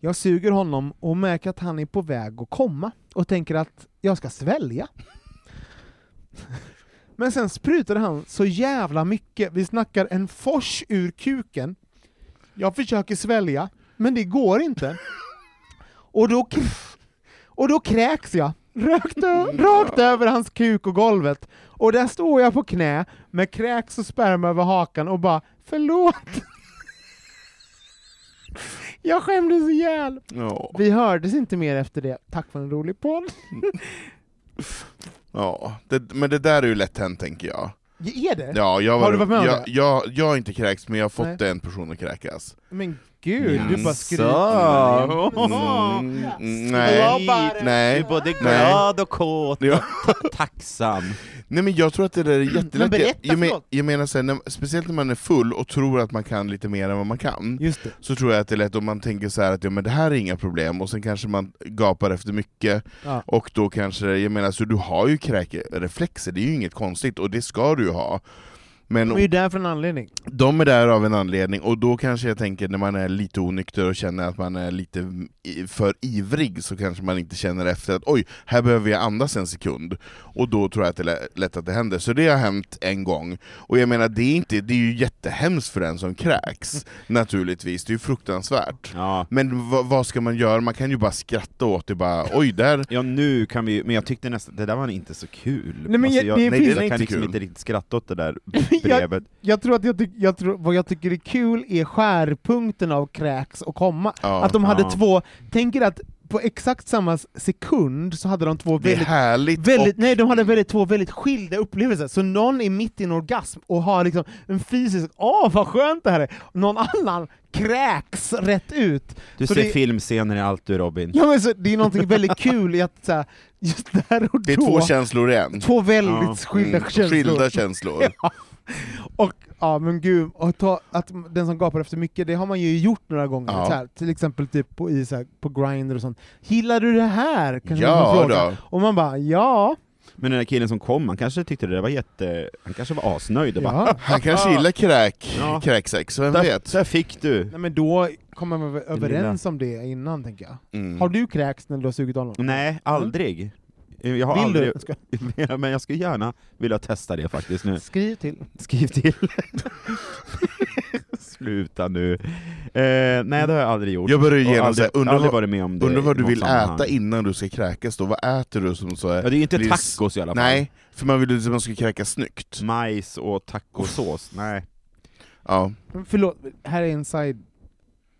Speaker 4: Jag suger honom och märker att han är på väg att komma och tänker att jag ska svälja. Men sen sprutade han så jävla mycket. Vi snackar en fors ur kuken. Jag försöker svälja, men det går inte. Och då, kr- och då kräks jag. Rakt, ö- rakt över hans kuk och golvet. Och där står jag på knä med kräks och sperma över hakan och bara förlåt. Jag skämdes ihjäl.
Speaker 3: Ja.
Speaker 4: Vi hördes inte mer efter det. Tack för en rolig podd.
Speaker 3: ja. Det, men det där är ju lätt hänt, tänker jag.
Speaker 4: Är det?
Speaker 3: Ja, jag
Speaker 4: Har du varit med om
Speaker 3: jag,
Speaker 4: det?
Speaker 3: Jag, jag har inte kräkts, men jag har fått
Speaker 4: Nej.
Speaker 3: en person att kräkas.
Speaker 4: Men gud, du bara skryter.
Speaker 5: Så.
Speaker 3: Mm, mm,
Speaker 4: Jag
Speaker 3: nej.
Speaker 4: bara-
Speaker 3: nej.
Speaker 5: Du är både
Speaker 3: glad
Speaker 5: glad och kåt
Speaker 3: Ja.
Speaker 5: och tacksam.
Speaker 3: Nej men jag tror att det där är jättelätt.
Speaker 4: Men berätta,
Speaker 3: jag, men,
Speaker 4: förlåt.
Speaker 3: jag menar så här, när, speciellt när man är full och tror att man kan lite mer än vad man kan,
Speaker 4: Just det.
Speaker 3: så tror jag att det är lätt om man tänker så här att ja, men det här är inga problem, och sen kanske man gapar efter mycket,
Speaker 4: Ja.
Speaker 3: och då kanske, jag menar så du har ju kräkreflexer, det är ju inget konstigt, och det ska du ju ha. Men
Speaker 4: De är ju där för en anledning.
Speaker 3: de är där av en anledning, och då kanske jag tänker när man är lite onykter och känner att man är lite i- för ivrig, så kanske man inte känner efter att oj, här behöver jag andas en sekund. Och då tror jag att det är lä- lätt att det händer. Så det har hänt en gång. Och jag menar, det är, inte, det är ju jättehemskt för den som kräks,
Speaker 4: Mm.
Speaker 3: naturligtvis. Det är ju fruktansvärt.
Speaker 5: Ja.
Speaker 3: Men vad, vad ska man göra? Man kan ju bara skratta åt det, bara oj, där
Speaker 5: Ja nu kan vi ju- men jag tyckte nästan, det där var inte så kul. Alltså,
Speaker 4: men jag- det
Speaker 5: jag, nej,
Speaker 4: finns-
Speaker 5: jag
Speaker 3: det är
Speaker 5: kan
Speaker 3: inte
Speaker 5: liksom
Speaker 3: kul.
Speaker 5: inte riktigt skratta åt det där
Speaker 4: jag,
Speaker 5: brevet.
Speaker 4: jag tror att jag tyck, jag tror, vad jag tycker är kul är skärpunkten av kräks och komma.
Speaker 3: Ja,
Speaker 4: att de hade
Speaker 5: ja.
Speaker 4: två, tänk er att på exakt samma sekund så hade de två
Speaker 3: det är
Speaker 4: väldigt
Speaker 3: härligt
Speaker 4: Väldigt,
Speaker 3: och
Speaker 4: nej, de hade väldigt, två väldigt skilda upplevelser, så någon är mitt i en orgasm och har liksom en fysisk ”Åh, vad skönt det här är!” Någon annan kräks rätt ut.
Speaker 5: Du
Speaker 4: så
Speaker 5: ser
Speaker 4: det,
Speaker 5: filmscener i allt du Robin.
Speaker 4: ja, men så, det är någonting väldigt kul i att så här, just där och
Speaker 3: Det är
Speaker 4: då,
Speaker 3: två känslor i
Speaker 5: Mm.
Speaker 3: en.
Speaker 4: två väldigt
Speaker 5: Ja,
Speaker 4: skilda
Speaker 3: Mm,
Speaker 4: känslor.
Speaker 3: Skilda känslor.
Speaker 4: Och ja men gud, och ta, att den som gapar efter mycket, det har man ju gjort några gånger.
Speaker 3: Ja.
Speaker 4: Så här, till exempel typ på, i, så här, på Grindr och sånt. Gillar du det här? Kanske
Speaker 3: Ja,
Speaker 4: någon frågar.
Speaker 3: då.
Speaker 4: Och man bara ja.
Speaker 5: Men den där killen som kom, han kanske tyckte det där var jätte... Han kanske var asnöjd och bara
Speaker 4: ja.
Speaker 3: Han kanske gillar kräk,
Speaker 5: Ja.
Speaker 3: kräksex, vem
Speaker 5: där,
Speaker 3: vet?
Speaker 5: där fick du!
Speaker 4: Nej men då kommer man väl överens om det innan tänker jag.
Speaker 3: Mm.
Speaker 4: Har du kräkts när du har sugit av någon?
Speaker 5: Nej, aldrig. Jag har
Speaker 4: Vill
Speaker 5: aldrig...
Speaker 4: du? Ska,
Speaker 5: Ja, Men jag skulle gärna vilja testa det faktiskt nu.
Speaker 4: skriv till.
Speaker 5: Skriv till. Sluta nu. Eh, nej, det har jag aldrig gjort.
Speaker 3: Jag börjar
Speaker 5: Och
Speaker 3: igenom
Speaker 5: aldrig,
Speaker 3: såhär, undrar,
Speaker 5: aldrig
Speaker 3: vad-
Speaker 5: varit med om det
Speaker 3: undrar vad
Speaker 5: i
Speaker 3: du
Speaker 5: något
Speaker 3: vill
Speaker 5: sammanhang.
Speaker 3: äta innan du ska kräkas då? Vad äter du som så
Speaker 5: Ja,
Speaker 3: är...
Speaker 5: det är ju inte
Speaker 3: Blir det s-
Speaker 5: tacos i alla fall.
Speaker 3: Nej, för man vill ju liksom att man ska kräkas snyggt.
Speaker 5: Mm. Majs och tacosås, nej. Mm.
Speaker 3: Ja,
Speaker 4: Men förlåt, här är en side...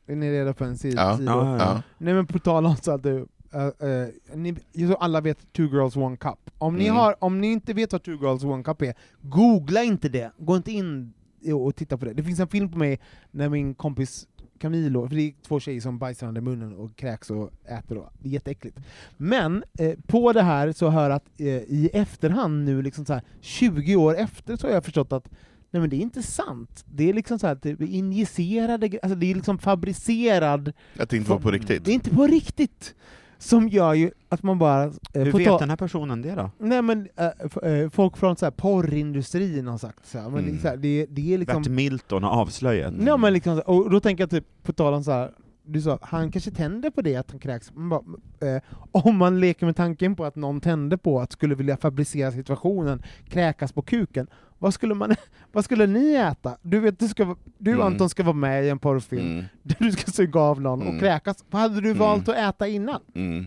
Speaker 4: Är ni redo för en side?
Speaker 3: Ja.
Speaker 4: side-
Speaker 5: Ja,
Speaker 3: ja.
Speaker 4: Nej men på tal om så att du, eh, eh, ni, ju så alla vet Two Girls One Cup. Om, ni
Speaker 3: Mm.
Speaker 4: har, om ni inte vet vad Two Girls One Cup är, googla inte det. Gå inte in i- och titta på det. Det finns en film på mig när min kompis Camilo, för det är två tjejer som bajsar under munnen och kräks och äter, och, det är jätteäckligt. Men eh, på det här så hör jag att eh, i efterhand nu, liksom så här, 20 år efter, så har jag förstått att Nej men det är inte sant. Det är liksom så här, typ injicerade, gre- alltså det är liksom fabricerad
Speaker 3: Att det inte var på
Speaker 4: det är
Speaker 3: riktigt.
Speaker 4: inte på riktigt! Som gör ju att man bara... eh,
Speaker 5: Hur
Speaker 4: får
Speaker 5: vet
Speaker 4: ta-
Speaker 5: den här personen det då?
Speaker 4: Nej men, eh, f- eh, folk från så här porrindustrin har sagt så här, men det, är
Speaker 3: Mm.
Speaker 4: så här, det, är- det är liksom...
Speaker 5: Bert Milton har avslöjat.
Speaker 4: Nej, men liksom så här, och då tänker jag typ, på tal om så här. du sa han kanske tänder på det att han kräks. Man bara, eh, om man leker med tanken på att någon tände på att skulle vilja fabricera situationen, kräkas på kuken, vad skulle, man, vad skulle ni äta? Du vet, du, ska, vara- du
Speaker 3: Mm.
Speaker 4: Anton ska vara med i en porrfilm
Speaker 3: Mm,
Speaker 4: där du ska suga av någon och
Speaker 3: Mm.
Speaker 4: kräkas. Vad hade du
Speaker 3: Mm.
Speaker 4: valt att äta innan?
Speaker 3: mm,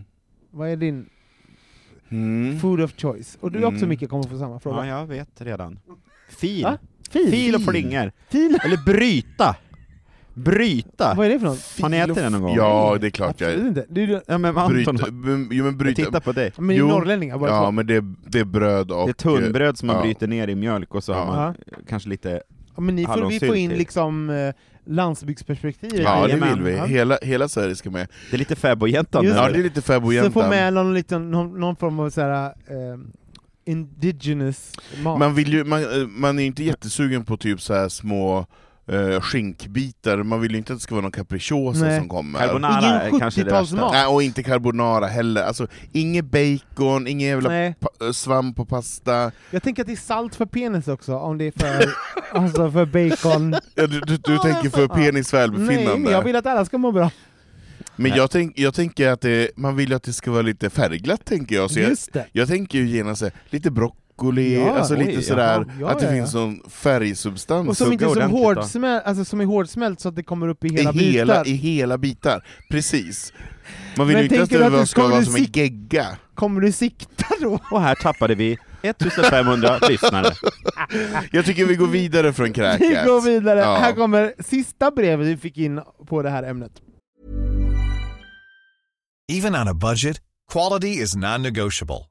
Speaker 4: Vad är din
Speaker 3: mm.
Speaker 4: Food of choice. Och du också
Speaker 3: Mm.
Speaker 4: Micke kommer få samma
Speaker 5: Ja,
Speaker 4: fråga.
Speaker 5: jag vet redan. Fil.
Speaker 4: Va? Fil?
Speaker 5: Fil och flingor.
Speaker 4: Fil?
Speaker 5: Eller bryta! Bryta!
Speaker 4: Vad är det för något?
Speaker 5: Har ni ätit det någon gång?
Speaker 3: Ja, det är klart jag
Speaker 4: Absolut inte. Det är ju-
Speaker 5: Ja, men
Speaker 3: bryt,
Speaker 5: Anton,
Speaker 3: b- jo, men
Speaker 5: jag
Speaker 3: bryt,
Speaker 5: tittar på dig.
Speaker 4: men det är
Speaker 3: Jo.
Speaker 4: norrlänningar bara
Speaker 3: Ja,
Speaker 4: två.
Speaker 3: men det är, det är bröd och... eh,
Speaker 5: Det är tunnbröd som man
Speaker 3: ja.
Speaker 5: bryter ner i mjölk och så har
Speaker 3: Ja.
Speaker 5: man kanske lite...
Speaker 4: Ja, men ni får, vi får
Speaker 5: hallonsylt
Speaker 4: in
Speaker 5: till.
Speaker 4: liksom eh, landsbygdsperspektivet.
Speaker 3: Ja, det
Speaker 5: Jajamän.
Speaker 3: vill vi. Hela, hela Sverige ska med.
Speaker 5: Det är lite fäbodjäntan.
Speaker 4: Just
Speaker 5: nu.
Speaker 3: Ja, det är lite
Speaker 4: Så får
Speaker 3: fäbodjäntan.
Speaker 4: med någon, liten, någon, någon form av så här, eh, indigenous mat.
Speaker 3: Man, vill ju, man, eh, man är ju inte jättesugen på typ så här små eh, skinkbitar, man vill ju inte att det ska vara någon capricciosa
Speaker 4: Nej.
Speaker 3: som kommer.
Speaker 5: Carbonara är
Speaker 4: Ingen
Speaker 5: kanske det värsta.
Speaker 4: 70-talsmat.
Speaker 3: Nej, och inte carbonara heller. Alltså, inget bacon, ingen jävla
Speaker 4: Nej.
Speaker 3: pa- eh, svamp och pasta.
Speaker 4: Jag tänker att det är salt för penis också, om det är för, alltså för bacon.
Speaker 3: Ja, Du, du, du tänker för penis
Speaker 4: Nej,
Speaker 3: välbefinnande.
Speaker 4: jag vill att alla ska må bra.
Speaker 3: Men jag, tänk, jag tänker att det, man vill ju att det ska vara lite färgglatt, tänker jag. Så jag,
Speaker 4: Just det.
Speaker 3: jag tänker ju genast så här, lite broccoli,
Speaker 4: Ja,
Speaker 3: alltså
Speaker 5: oj,
Speaker 3: lite sådär,
Speaker 4: jaha, ja,
Speaker 3: att det
Speaker 4: ja, ja.
Speaker 3: finns någon färgsubstans.
Speaker 4: Och som inte är så
Speaker 5: ordentligt då.
Speaker 4: hårdsmält, alltså som är hårdsmält så att det kommer upp i
Speaker 3: I
Speaker 4: hela,
Speaker 3: hela,
Speaker 4: bitar.
Speaker 3: I hela bitar, precis. Man vill
Speaker 4: Men
Speaker 3: ju inte att
Speaker 4: tänker du att
Speaker 3: det
Speaker 4: du
Speaker 3: ska
Speaker 4: kommer
Speaker 3: vara
Speaker 4: du
Speaker 3: som en
Speaker 4: sik-
Speaker 3: gegga.
Speaker 4: Kommer du sikta då?
Speaker 5: Och här tappade vi 1500 lyssnare.
Speaker 3: Jag tycker vi går vidare från kräket.
Speaker 4: Vi går vidare,
Speaker 3: Ja.
Speaker 4: här kommer sista brevet vi fick in på det här ämnet.
Speaker 6: Even on a budget, quality is non-negotiable.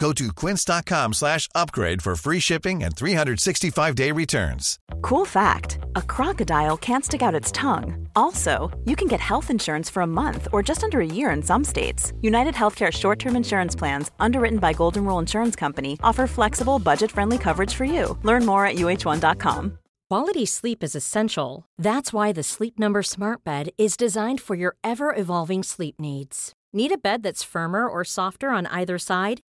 Speaker 6: Go to quince.com slash upgrade for free shipping and 365-day returns.
Speaker 1: Cool fact a crocodile can't stick out its tongue. Also, you can get health insurance for a month or just under a year in some states. United Healthcare short term insurance plans, underwritten by Golden Rule Insurance Company, offer flexible, budget friendly coverage for you. Learn more at uh1.com.
Speaker 7: Quality sleep is essential. That's why the Sleep Number Smart Bed is designed for your ever evolving sleep needs. Need a bed that's firmer or softer on either side?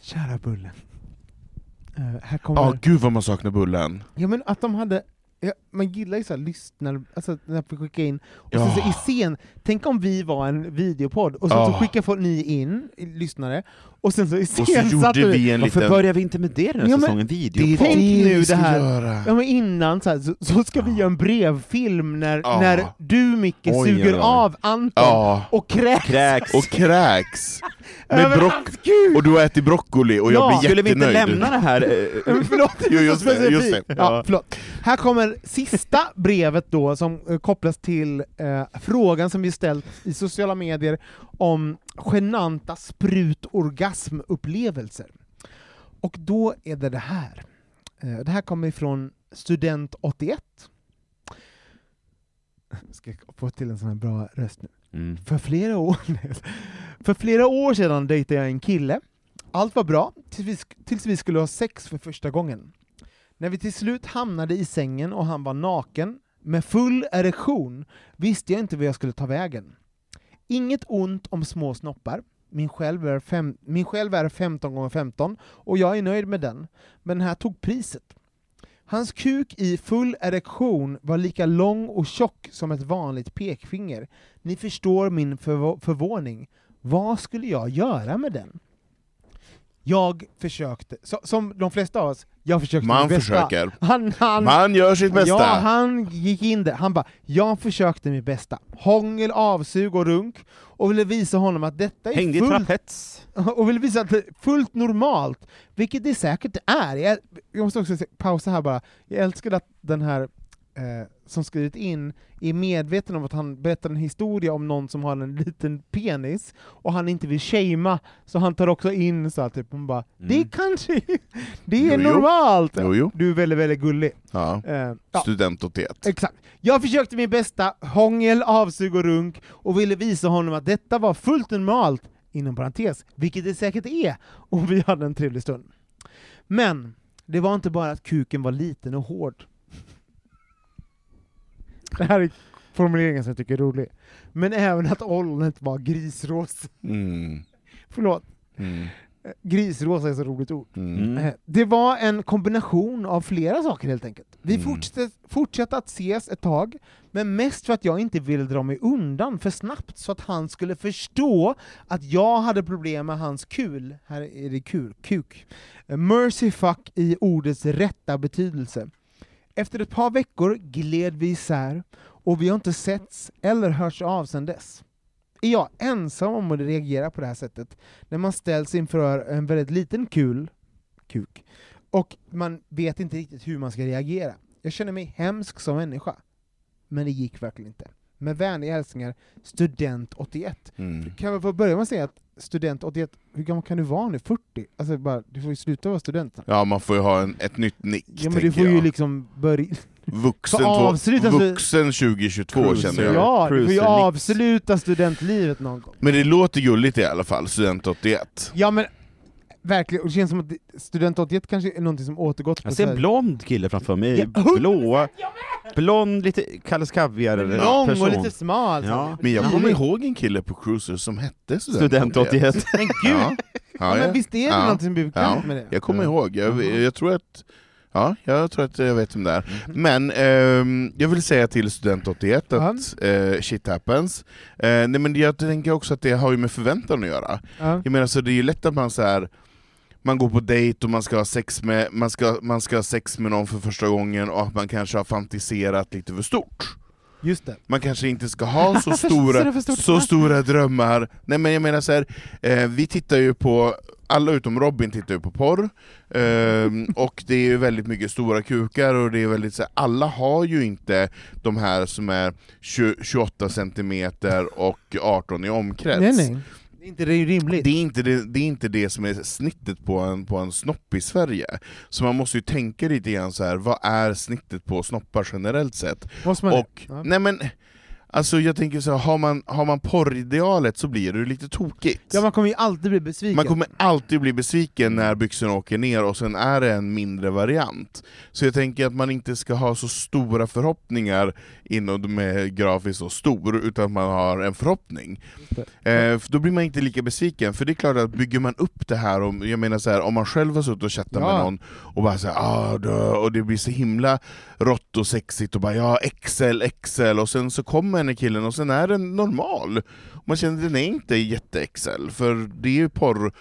Speaker 4: Kära Bullen. Eh, här kommer...
Speaker 3: Ja, gud vad man saknar Bullen.
Speaker 4: Ja men att de hade, ja, man gillar ju såhär lyssnar, alltså när vi skickar in, och sen så
Speaker 3: Ja.
Speaker 4: i scen, tänk om vi var en videopodd, och sen så
Speaker 3: Ja.
Speaker 4: skickar folk ni in, i- lyssnare, och sen så i scen
Speaker 3: Och så
Speaker 4: satt
Speaker 3: gjorde vi en
Speaker 5: Varför
Speaker 3: liten...
Speaker 5: börjar vi inte med det den här
Speaker 4: Ja, men-
Speaker 5: säsongen?
Speaker 3: Det är
Speaker 5: Videopodd?
Speaker 4: Tänk
Speaker 3: det
Speaker 4: nu
Speaker 3: vi
Speaker 4: det
Speaker 3: ska
Speaker 4: här.
Speaker 3: göra.
Speaker 4: Ja men innan så, här, så, så ska vi göra en brevfilm när,
Speaker 3: Ja.
Speaker 4: när du Micke
Speaker 5: Oj,
Speaker 4: suger
Speaker 5: oj, oj.
Speaker 4: av Anton
Speaker 3: Ja.
Speaker 4: och kräks
Speaker 5: Kräks.
Speaker 3: Och kräks! Med
Speaker 4: över
Speaker 3: brock...
Speaker 4: hans kuk!
Speaker 3: Och du har ätit broccoli och jag
Speaker 4: Ja.
Speaker 3: blir
Speaker 5: Skulle vi inte
Speaker 3: jättenöjd.
Speaker 5: lämna det här? eh,
Speaker 4: Ja, men Förlåt, det
Speaker 3: Jo,
Speaker 4: var så
Speaker 3: just det, just
Speaker 4: specifikt.
Speaker 3: det.
Speaker 4: Ja,
Speaker 3: Ja.
Speaker 4: förlåt. Här kommer sista brevet då som eh, kopplas till eh, frågan som vi ställt i sociala medier om genanta sprutorgasmupplevelser. Och då är det det här. Eh, det här kommer ifrån Student81. Ska jag få till en sån här bra röst nu.
Speaker 5: Mm.
Speaker 4: För flera år, för flera år sedan dejtade jag en kille. Allt var bra, tills vi, sk- tills vi skulle ha sex för första gången. När vi till slut hamnade i sängen och han var naken, med full erektion, visste jag inte vad jag skulle ta vägen. Inget ont om små snoppar. Min själv är, fem, min själv är 15 gånger 15 och jag är nöjd med den, men den här tog priset. Hans kuk i full erektion var lika lång och tjock som ett vanligt pekfinger. Ni förstår min förv- förvåning. Vad skulle jag göra med den? Jag försökte, så, som de flesta av oss, jag försökte
Speaker 3: Man
Speaker 4: mitt bästa.
Speaker 3: försöker.
Speaker 4: Han, han,
Speaker 3: Man gör sitt bästa!
Speaker 4: Ja, han gick in där. Han bara ”Jag försökte mitt bästa”. Hångel, avsug och runk. Och ville visa honom att detta är
Speaker 5: Hängde i
Speaker 4: fullt
Speaker 5: trapets.
Speaker 4: och vill visa att det är fullt normalt, vilket det säkert är. Jag, jag måste också se- pausa här bara. Jag älskar att den här eh, som skrivit in är medveten om att han berättar en historia om någon som har en liten penis, och han inte vill shamea, så han tar också in så här, typ, hon bara ”det är kanske, det är
Speaker 3: Mm. Jo, jo.
Speaker 4: normalt”.
Speaker 3: Jo, jo.
Speaker 4: Du är väldigt, väldigt gullig.
Speaker 3: Ja.
Speaker 4: Eh, ja.
Speaker 3: Student 81.
Speaker 4: Exakt. Jag försökte min bästa, hångel, avsug och runk, och ville visa honom att detta var fullt normalt, inom parentes, vilket det säkert är, och vi hade en trevlig stund. Men, det var inte bara att kuken var liten och hård. Det här är formuleringen som jag tycker är rolig. Men även att ollonet var grisrosa.
Speaker 3: Mm.
Speaker 4: Förlåt, Eh,
Speaker 3: Mm.
Speaker 4: grisrosa är så roligt ord.
Speaker 3: Mm.
Speaker 4: Eh, Det var en kombination av flera saker helt enkelt. Vi
Speaker 3: Mm.
Speaker 4: fortsatte, fortsatte att ses ett tag, men mest för att jag inte ville dra mig undan för snabbt så att han skulle förstå att jag hade problem med hans kul, här är det kul, kuk, Eh, mercy fuck i ordets rätta betydelse. Efter ett par veckor gled vi isär, och vi har inte setts eller hörts av sedan dess. Är jag ensam om att reagera på det här sättet, när man ställs inför en väldigt liten kul kuk. Och man vet inte riktigt hur man ska reagera. Jag känner mig hemsk som människa. Men det gick verkligen inte. Med vänliga hälsningar, Student81.
Speaker 3: Mm.
Speaker 4: Kan vi få börja med att säga att Student81, hur gammal kan du vara nu? 40? Alltså bara, du får ju sluta vara student.
Speaker 3: Ja, man får ju ha en, ett nytt nick,
Speaker 4: Ja men
Speaker 3: tänker
Speaker 4: du får ju
Speaker 3: jag.
Speaker 4: liksom börja...
Speaker 3: Vuxen,
Speaker 4: Få
Speaker 3: två-
Speaker 4: avsluta-
Speaker 3: vuxen 2022
Speaker 5: Cruiser.
Speaker 3: känner jag.
Speaker 4: Ja, du får ju
Speaker 5: Cruiser-nix.
Speaker 4: avsluta studentlivet någon gång.
Speaker 3: Men det låter gulligt i alla fall, Student 81.
Speaker 4: Ja men, verkligen. Och det känns som att Student81 kanske är någonting som återgått på
Speaker 5: Jag ser
Speaker 4: så
Speaker 5: en
Speaker 4: här-
Speaker 5: blond kille framför mig,
Speaker 4: Ja,
Speaker 5: blå, blond, lite Kalles Kaviar
Speaker 4: Lång
Speaker 5: person.
Speaker 4: och lite smal. så här.
Speaker 5: Ja.
Speaker 3: Men jag kommer
Speaker 4: Gulligt.
Speaker 3: ihåg en kille på Cruiser som hette Student
Speaker 5: Student
Speaker 3: 81.
Speaker 5: 81.
Speaker 4: Men gud!
Speaker 3: Ja.
Speaker 4: Ja,
Speaker 3: Ja,
Speaker 4: men
Speaker 3: ja.
Speaker 4: visst är det
Speaker 3: Ja.
Speaker 4: någonting som blir bekant
Speaker 3: Ja.
Speaker 4: med det?
Speaker 3: Jag kommer ihåg, jag, jag tror att Ja, jag tror att jag vet om det är.
Speaker 4: Mhm.
Speaker 3: Men ehm, jag vill säga till Student81 att eh, shit happens. Eh, nej, men jag tänker också att det har ju med förväntan att göra.
Speaker 4: Ja.
Speaker 3: Jag menar, så det är ju lätt att man så här man går på dejt och man ska, ha sex med, man, ska, man ska ha sex med någon för första gången och att man kanske har fantiserat lite för stort.
Speaker 4: Just det.
Speaker 3: Man kanske inte ska ha så
Speaker 4: För- så är det
Speaker 3: stora,
Speaker 4: för stort.
Speaker 3: så stora drömmar. Nej men jag menar så här, eh, vi tittar ju på, alla utom Robin tittar ju på porr, ehm, och det är ju väldigt mycket stora kukar och det är väldigt så här, alla har ju inte de här som är 20, 28 centimeter och 18 i omkrets.
Speaker 4: Nej, nej. Det är inte det är ju rimligt.
Speaker 3: Det är, inte det, det är inte det som är snittet på en, på en snopp i Sverige. Så man måste ju tänka lite grann så här. vad är snittet på snoppar generellt sett?
Speaker 4: Måste man
Speaker 3: Och,
Speaker 4: ja.
Speaker 3: nej men, alltså jag tänker så här, har man, har man porridealet så blir det lite tokigt.
Speaker 4: ja, man kommer ju alltid bli besviken.
Speaker 3: Man kommer alltid bli besviken när byxorna åker ner och sen är det en mindre variant. Så jag tänker att man inte ska ha så stora förhoppningar innan de är grafiskt så stor, utan att man har en förhoppning. Eh, för då blir man inte lika besviken, för det är klart att bygger man upp det här, om, jag menar så här, om man själv har suttit och chattat
Speaker 4: Ja.
Speaker 3: med någon och bara såhär ah, dö", och det blir så himla rått och sexigt och bara ja XL, XL och sen så kommer den här killen och sen är den normal. Man känner att den är inte jätte-XL, för det är ju porr,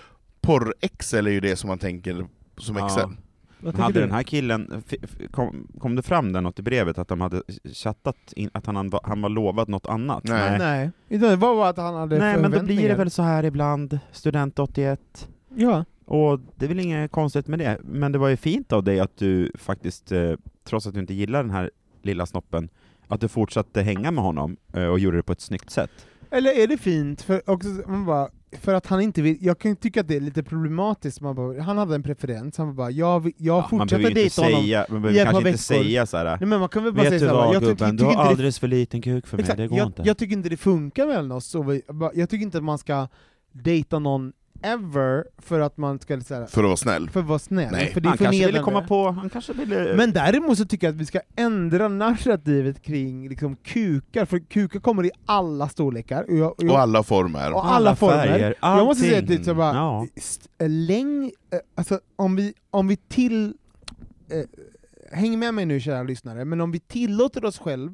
Speaker 3: porr-XL är ju det som man tänker som
Speaker 5: Ja.
Speaker 3: XL.
Speaker 4: Vad tänker
Speaker 5: Hade
Speaker 4: du?
Speaker 5: den här killen, f- f- kom, kom det fram där något i brevet att de hade chattat, in, att han, han, var- han var lovad något annat?
Speaker 3: Nej.
Speaker 4: Nej, utan det var bara att han hade
Speaker 5: Nej men då blir det
Speaker 4: förväntningar.
Speaker 5: väl så här ibland, student 81,
Speaker 4: Ja.
Speaker 5: och det är väl inget konstigt med det, men det var ju fint av dig att du faktiskt, eh, trots att du inte gillar den här lilla snoppen, att du fortsatte hänga med honom eh, och gjorde det på ett snyggt sätt.
Speaker 4: Eller är det fint, för, också, man bara, för att han inte vill, jag kan ju tycka att det är lite problematiskt, man bara, han hade en preferens, han bara jag, vill- jag
Speaker 5: man
Speaker 4: fortsätter
Speaker 5: behöver ju inte
Speaker 4: dejta honom.
Speaker 5: säga, man
Speaker 4: i
Speaker 5: behöver
Speaker 4: ett par
Speaker 5: kanske inte
Speaker 4: veckor.
Speaker 5: säga så här.
Speaker 4: Nej men man kan väl bara
Speaker 5: Vet
Speaker 4: säga
Speaker 5: du
Speaker 4: såhär,
Speaker 5: vad
Speaker 4: jag, tycker-
Speaker 5: gubben, du
Speaker 4: tycker
Speaker 5: har
Speaker 4: inte det
Speaker 5: alldeles för liten kuk för mig,
Speaker 4: Exakt.
Speaker 5: det går
Speaker 4: jag,
Speaker 5: inte.
Speaker 4: jag tycker inte det funkar mellan oss, och vi, bara- jag tycker inte att man ska dejta någon ever för att man ska liksom så här,
Speaker 3: För att vara snäll.
Speaker 4: för att vara snäll,
Speaker 3: Nej,
Speaker 4: för det är
Speaker 5: han kanske ville
Speaker 4: förnedrande.
Speaker 5: komma på, han kanske ville...
Speaker 4: Men däremot så tycker jag att vi ska ändra narrativet kring liksom, kukar, för kukar kommer i alla storlekar, och, jag, och, jag,
Speaker 3: Och alla former. Mm.
Speaker 4: och alla, former.
Speaker 5: färger,
Speaker 4: Jag måste säga att
Speaker 5: allting.
Speaker 4: det är så bara,
Speaker 5: Ja.
Speaker 4: st- läng, eh, alltså om vi, om vi till, eh, häng med mig nu kära lyssnare, men om vi tillåter oss själv,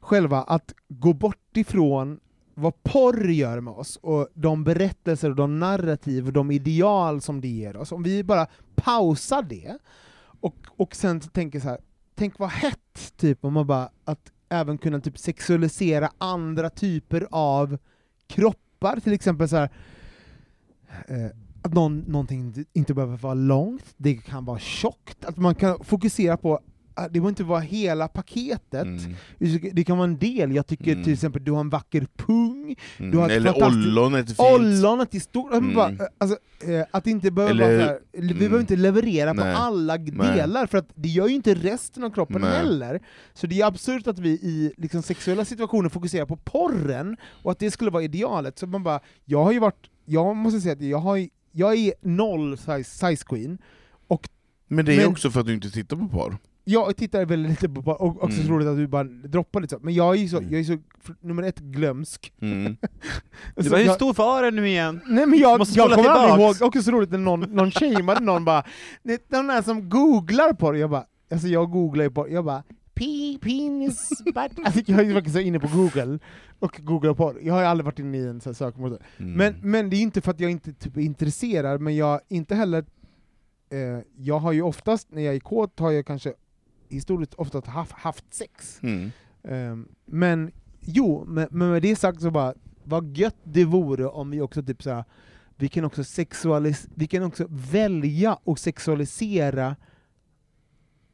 Speaker 4: själva att gå bort ifrån vad porr gör med oss, och de berättelser, och de narrativ och de ideal som det ger oss, om vi bara pausar det, och, och sen så tänker så här, tänk vad hett typ om man bara, att även kunna typ sexualisera andra typer av kroppar, till exempel så här, eh, att någon, någonting inte behöver vara långt, det kan vara tjockt, att man kan fokusera på att det behöver inte vara hela paketet,
Speaker 3: Mm.
Speaker 4: det kan vara en del. Jag tycker
Speaker 3: Mm.
Speaker 4: till exempel du har en vacker pung,
Speaker 3: Mm.
Speaker 4: Du har ett
Speaker 3: Eller
Speaker 4: fantastiskt-
Speaker 3: ollonet är fint.
Speaker 4: ollonet är stort. Att man
Speaker 3: Mm.
Speaker 4: Bara, alltså, eh, att det inte behöver
Speaker 3: Eller-
Speaker 4: vara såhär, vi behöver
Speaker 3: Mm.
Speaker 4: inte leverera på
Speaker 3: Nej.
Speaker 4: alla g-
Speaker 3: Nej.
Speaker 4: delar, för att det gör ju inte resten av kroppen
Speaker 3: Nej.
Speaker 4: heller. Så det är absurt att vi i liksom, sexuella situationer fokuserar på porren, och att det skulle vara idealet. Så man bara, jag har ju varit, jag måste säga att jag, har, ju- jag är noll size, size queen,
Speaker 3: Men det är
Speaker 4: Men-
Speaker 3: också för att du inte tittar på porr.
Speaker 4: jag tittar väldigt lite på porr, och också
Speaker 3: Mm.
Speaker 4: så roligt att du bara droppar lite så, men jag är ju så,
Speaker 5: Mm.
Speaker 4: jag är så f- nummer ett, glömsk.
Speaker 3: Mm.
Speaker 4: Så
Speaker 5: Du bara, hur
Speaker 4: jag-
Speaker 5: stor var den nu igen?
Speaker 4: Nej men jag,
Speaker 5: Måste
Speaker 4: jag
Speaker 5: spola
Speaker 4: kommer aldrig ihåg,
Speaker 5: tillbaks.
Speaker 4: också så roligt när någon, någon shameade någon bara "Ni- De där som googlar på det, jag bara, alltså jag googlar ju på det, jag bara "Pe- Penis, butt." alltså jag är ju verkligen så inne på google, och googlar på det. Jag har ju aldrig varit inne i en sån här sökmotor.
Speaker 5: Mm.
Speaker 4: Men, men det är ju inte för att jag inte typ är intresserad, men jag inte heller... Eh, jag har ju oftast, när jag är kåt, har jag kanske historiskt oftast haft, haft sex.
Speaker 3: Mm.
Speaker 4: Ehm, men jo, men, men med det sagt så bara, vad gött det vore om vi också typ såhär, vi kan också sexualis- vi kan också välja och sexualisera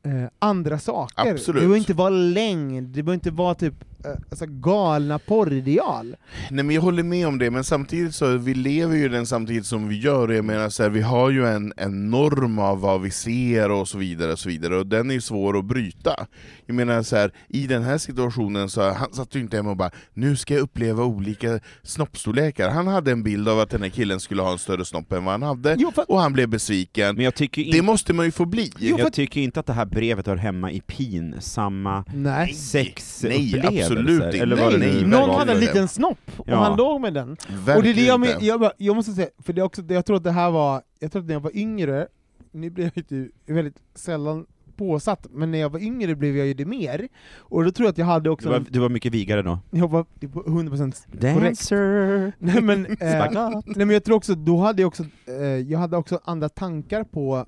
Speaker 4: eh, andra saker.
Speaker 3: Absolut.
Speaker 4: Det behöver inte vara längd, det behöver inte vara typ eh, alltså galna porrideal.
Speaker 3: Nej men jag håller med om det, men samtidigt så, vi lever ju i den samtidigt som vi gör, och jag menar så här, vi har ju en, en norm av vad vi ser och så vidare och så vidare, och den är ju svår att bryta. Jag menar så här, i den här situationen så, han satt ju inte hemma och bara ”nu ska jag uppleva olika snoppstorlekar”. Han hade en bild av att den här killen skulle ha en större snopp än vad han hade,
Speaker 4: Jo, för-
Speaker 3: och han blev besviken.
Speaker 5: Men jag tycker ju
Speaker 3: Det
Speaker 5: inte,
Speaker 3: måste man ju få bli.
Speaker 5: jag tycker inte att det här brevet hör hemma i pinsamma
Speaker 4: Nej.
Speaker 5: sexupplevelser.
Speaker 3: nej, absolut inte.
Speaker 5: Eller vad det
Speaker 3: Nej,
Speaker 5: nu
Speaker 3: nej,
Speaker 5: var.
Speaker 4: Någon
Speaker 3: verkligen.
Speaker 4: hade en liten snopp, och
Speaker 5: Ja.
Speaker 4: han låg med den. Och det är det jag, men, jag, bara- jag måste säga, för det är också, jag tror att det här var, jag tror att när jag var yngre, nu blir jag ju väldigt sällan påsatt, men när jag var yngre blev jag ju det mer. Och då tror jag att jag hade
Speaker 5: Du
Speaker 4: också...
Speaker 5: var,
Speaker 4: en-
Speaker 5: du var mycket vigare då.
Speaker 4: Jag var typ 100% korrekt.
Speaker 5: Dancer!
Speaker 4: Nej men, eh,
Speaker 5: Spagat.
Speaker 4: nej men jag tror också, då hade jag också, eh, jag hade också andra tankar på,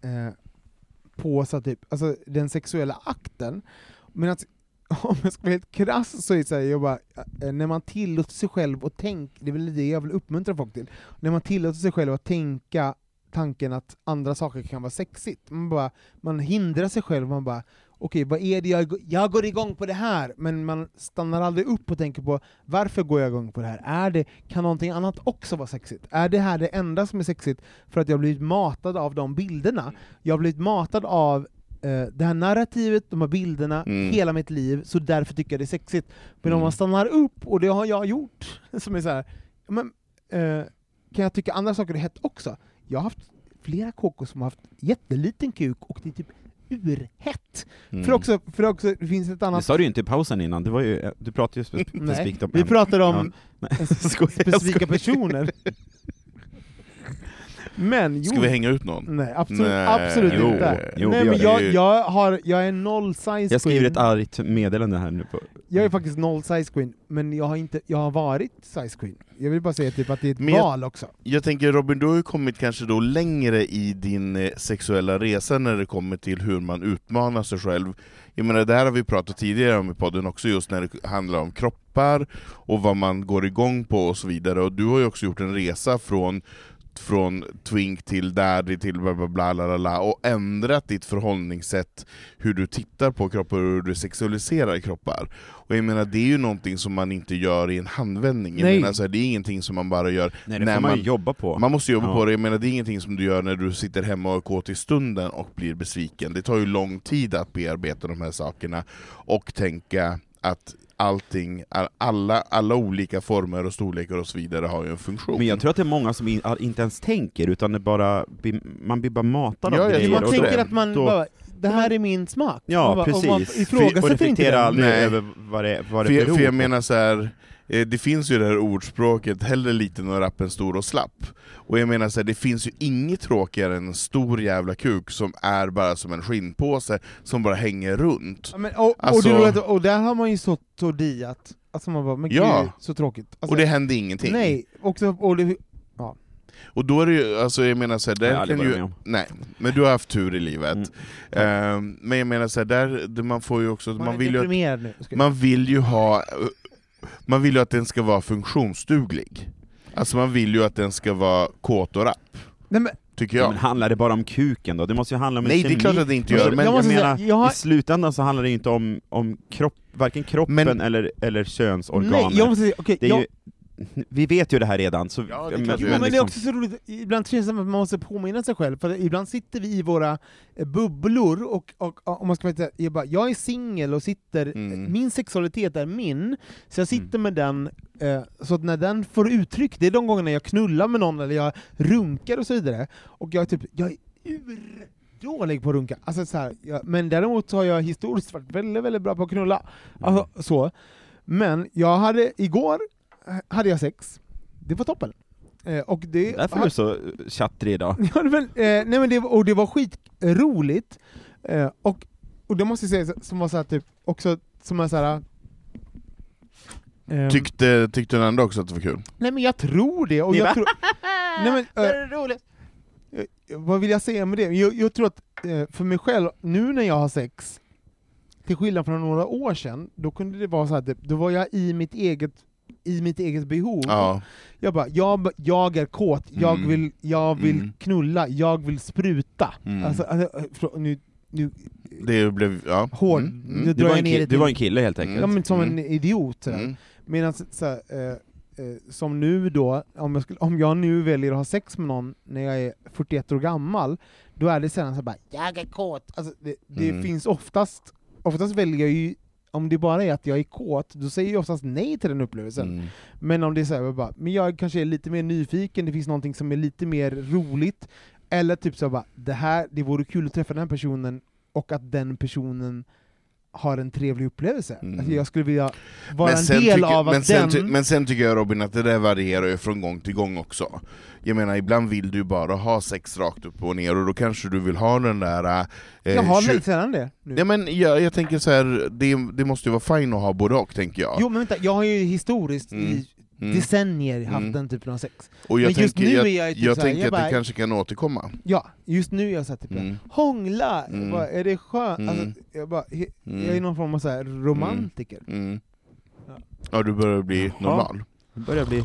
Speaker 4: eh, på så här typ, alltså den sexuella akten. Men att, om jag ska vara helt krass så är det så här, jag bara, eh, när man tillåter sig själv att tänka, det är väl det jag vill uppmuntra folk till, när man tillåter sig själv att tänka tanken att andra saker kan vara sexigt, man, bara, man hindrar sig själv, man bara Okej, vad är det jag, jag går igång på det här, men man stannar aldrig upp och tänker på varför går jag igång på det här? Är det, kan någonting annat också vara sexigt? Är det här det enda som är sexigt för att jag har blivit matad av de bilderna? Jag har blivit matad av eh, det här narrativet, de här bilderna,
Speaker 3: Mm.
Speaker 4: hela mitt liv, så därför tycker jag det är sexigt. Men om
Speaker 5: Mm.
Speaker 4: man stannar upp, och det har jag gjort, som är så här, men, eh, kan jag tycka andra saker är hett också? Jag har haft flera kåkor som har haft jätteliten kuk och det är typ urhett.
Speaker 3: Mm.
Speaker 4: För, också, för också, det finns ett
Speaker 5: Det
Speaker 4: annat...
Speaker 5: sa du ju inte i pausen innan, det var ju, du pratade ju spe-
Speaker 4: Nej,
Speaker 5: specifikt om
Speaker 4: Vi pratar om
Speaker 5: nej,
Speaker 4: en
Speaker 5: jag skojar, jag skojar.
Speaker 4: specifika personer. Men jo,
Speaker 3: Ska vi hänga ut någon?
Speaker 4: nej absolut,
Speaker 3: Nej,
Speaker 4: absolut
Speaker 5: jo,
Speaker 4: inte.
Speaker 5: jo,
Speaker 4: nej,
Speaker 5: vi
Speaker 4: men
Speaker 5: gör
Speaker 4: jag,
Speaker 3: det ju.
Speaker 4: jag, har, jag är noll size
Speaker 5: Jag skriver
Speaker 4: queen.
Speaker 5: ett argt meddelande här nu på...
Speaker 4: Jag är faktiskt noll size queen, men jag har, inte, jag har varit size queen. Jag vill bara säga typ att det är ett
Speaker 3: Men jag-
Speaker 4: val också.
Speaker 3: Jag tänker Robin, du har ju kommit kanske då längre i din eh, sexuella resa när det kommer till hur man utmanar sig själv. Jag menar, det här har vi pratat tidigare om i podden också, just när det handlar om kroppar och vad man går igång på och så vidare. Och du har ju också gjort en resa från från twink till daddy till bla bla bla, la, la, la och ändrat ditt förhållningssätt, hur du tittar på kroppar och hur du sexualiserar kroppar. Och jag menar, det är ju någonting som man inte gör i en handvändning. Jag
Speaker 4: Nej.
Speaker 3: menar, så här, det är ingenting som man bara gör
Speaker 5: Nej, det
Speaker 3: när
Speaker 5: får man ju jobba på.
Speaker 3: man måste jobba
Speaker 5: Ja.
Speaker 3: på det, jag menar det är ingenting som du gör när du sitter hemma och är kåt i stunden och blir besviken. Det tar ju lång tid att bearbeta de här sakerna och tänka att allting, alla, alla olika former och storlekar och så vidare har ju en funktion.
Speaker 5: Men jag tror att det är många som in, inte ens tänker, utan det bara, blir- man blir bara matad
Speaker 3: Ja,
Speaker 5: av
Speaker 3: jag
Speaker 5: grejer.
Speaker 3: tror
Speaker 4: Man
Speaker 3: också
Speaker 5: och då-
Speaker 4: tänker
Speaker 3: det.
Speaker 4: att man
Speaker 5: då-
Speaker 4: bara, det här är min smak.
Speaker 5: Ja,
Speaker 4: man bara,
Speaker 5: precis.
Speaker 4: Och man
Speaker 5: och
Speaker 4: ifrågasätter inte
Speaker 5: reflekterar
Speaker 4: den.
Speaker 5: aldrig
Speaker 3: Nej.
Speaker 5: över vad det, vad det
Speaker 3: för, jag,
Speaker 5: beror
Speaker 3: för jag
Speaker 5: på.
Speaker 3: menar så här, eh, det finns ju det här ordspråket, hellre liten och rappen stor och slapp. Och jag menar så här, det finns ju inget tråkigare än en stor jävla kuk som är bara som en skinnpåse som bara hänger runt.
Speaker 4: Ja, men, och,
Speaker 3: Alltså-
Speaker 4: och, det roliga är att- och där har man ju stått och diat. Alltså man bara, men gud,
Speaker 3: Ja.
Speaker 4: så tråkigt. Alltså,
Speaker 3: Och det händer ingenting.
Speaker 4: nej, och, så, och det,
Speaker 3: Och då är det ju, alltså jag menar så här,
Speaker 5: Jag har
Speaker 3: där
Speaker 5: aldrig
Speaker 3: kan
Speaker 5: varit
Speaker 3: ju,
Speaker 5: med om. Mm.
Speaker 3: nej, men du har haft tur i livet. Ehm, men jag menar så här, där, det- man får ju också, man,
Speaker 4: man, är
Speaker 3: vill ju, att-
Speaker 4: deprimerad nu. Ska jag-
Speaker 3: man vill ju ha, man vill ju att den ska vara funktionsduglig. Alltså man vill ju att den ska vara kåt och rapp,
Speaker 4: nej, men,
Speaker 3: tycker
Speaker 5: Ja.
Speaker 3: jag.
Speaker 5: Men handlar det bara om kuken då? Det måste ju handla om en
Speaker 3: nej det är
Speaker 5: kemi. Alltså,
Speaker 3: klart att det inte gör,
Speaker 4: Jag
Speaker 3: men
Speaker 5: jag
Speaker 4: måste säga,
Speaker 5: menar,
Speaker 4: jag har-
Speaker 5: i slutändan så handlar det ju inte om, om kropp, varken kroppen
Speaker 3: Men-
Speaker 5: eller, eller könsorganet.
Speaker 4: nej, jag måste säga, okej,
Speaker 5: det är
Speaker 4: jag,
Speaker 5: ju, vi vet ju det här redan, så...
Speaker 3: Ja, det är
Speaker 5: men-
Speaker 3: klart.
Speaker 4: Jo,
Speaker 3: men
Speaker 4: men det är
Speaker 5: liksom-
Speaker 4: också så roligt, ibland känns det som att man måste påminna sig själv, för ibland sitter vi i våra eh, bubblor och, och, och om man ska vara lite- jag, bara, jag är singel och sitter, eh,
Speaker 3: Mm.
Speaker 4: min sexualitet är min, så jag sitter med den, eh, så att när den får uttryck, det är de gångerna jag knullar med någon eller jag runkar och så vidare, och jag är typ, jag är urdålig på att runka, alltså så här, jag, men däremot så har jag historiskt varit väldigt, väldigt bra på att knulla. Alltså, så. Men jag hade, igår eh, hade jag sex, det var toppen. Eh, och det,
Speaker 5: Därför är du så tjattrig idag.
Speaker 4: Ja, det var- eh, nej men det, var- och det var skitroligt, eh, och, och det måste jag säga så- som var såhär typ, också som är såhär... ehm,
Speaker 3: tyckte, tyckte den andra också att det var kul.
Speaker 4: nej men jag tror det, och
Speaker 5: Ni bara,
Speaker 4: jag tror... nej men, eh, Eh, Vad vill jag säga med det? Jag, jag tror att eh, för mig själv, nu när jag har sex, till skillnad från några år sedan, då kunde det vara så här, typ, då var jag i mitt eget, i mitt eget behov.
Speaker 3: Ja.
Speaker 4: Jag bara, jag, jag är kåt, jag
Speaker 3: Mm.
Speaker 4: vill, jag vill
Speaker 3: Mm.
Speaker 4: knulla, jag vill spruta.
Speaker 3: Mm.
Speaker 4: Alltså, alltså, eh, förlåt, nu, nu,
Speaker 3: Det blev, ja.
Speaker 4: hård,
Speaker 3: Mm, mm.
Speaker 4: nu
Speaker 5: Du
Speaker 4: drar
Speaker 5: var, en
Speaker 4: jag ner
Speaker 5: kille,
Speaker 4: det
Speaker 5: du var en
Speaker 4: till,
Speaker 5: kille helt enkelt.
Speaker 4: ja, men som en
Speaker 3: Mm.
Speaker 4: idiot. Sådär.
Speaker 3: Mm.
Speaker 4: Medan så här, eh, eh, som nu då, om jag, skulle, om jag nu väljer att ha sex med någon när jag är 41 år gammal, då är det sällan så här bara ”jag är kåt”. Alltså, det det
Speaker 3: Mm.
Speaker 4: finns oftast, oftast väljer jag ju, om det bara är att jag är kåt, då säger jag oftast nej till den upplevelsen.
Speaker 3: Mm.
Speaker 4: Men om det är så här, jag bara, men jag kanske är lite mer nyfiken, det finns någonting som är lite mer roligt, eller typ så här bara, det här, det vore kul att träffa den här personen, och att den personen har en trevlig upplevelse.
Speaker 3: Mm.
Speaker 4: Alltså jag skulle vilja vara en
Speaker 3: sen
Speaker 4: del
Speaker 3: tycker-
Speaker 4: av att
Speaker 3: men sen,
Speaker 4: den...
Speaker 3: ty- men sen tycker jag Robin att det där varierar ju från gång till gång också. Jag menar, ibland vill du ju bara ha sex rakt upp och ner, och då kanske du vill ha den där... Eh,
Speaker 4: jag har
Speaker 3: tju-
Speaker 4: lite sällan det. Nu.
Speaker 3: Ja, men jag, jag tänker så här, det, det måste ju vara fine att ha både och, tänker jag.
Speaker 4: Jo men vänta, jag har ju historiskt
Speaker 3: Mm.
Speaker 4: i
Speaker 3: Mm.
Speaker 4: decennier haft
Speaker 3: Mm.
Speaker 4: den typen av sex.
Speaker 3: och jag
Speaker 4: men just
Speaker 3: tänker, jag,
Speaker 4: nu är jag ju typ
Speaker 3: jag
Speaker 4: så här,
Speaker 3: tänker
Speaker 4: jag
Speaker 3: att
Speaker 4: bara-
Speaker 3: det kanske kan återkomma.
Speaker 4: Ja, just nu är jag satt typ
Speaker 3: Mm.
Speaker 4: mm. hångla, Jag
Speaker 3: Mm.
Speaker 4: bara, är det skönt?
Speaker 3: Mm.
Speaker 4: Alltså, jag, bara, he-
Speaker 3: Mm.
Speaker 4: jag är någon form av så här romantiker.
Speaker 3: Mm.
Speaker 4: Ja.
Speaker 3: Ja, du börjar bli normal.
Speaker 5: Det börjar bli...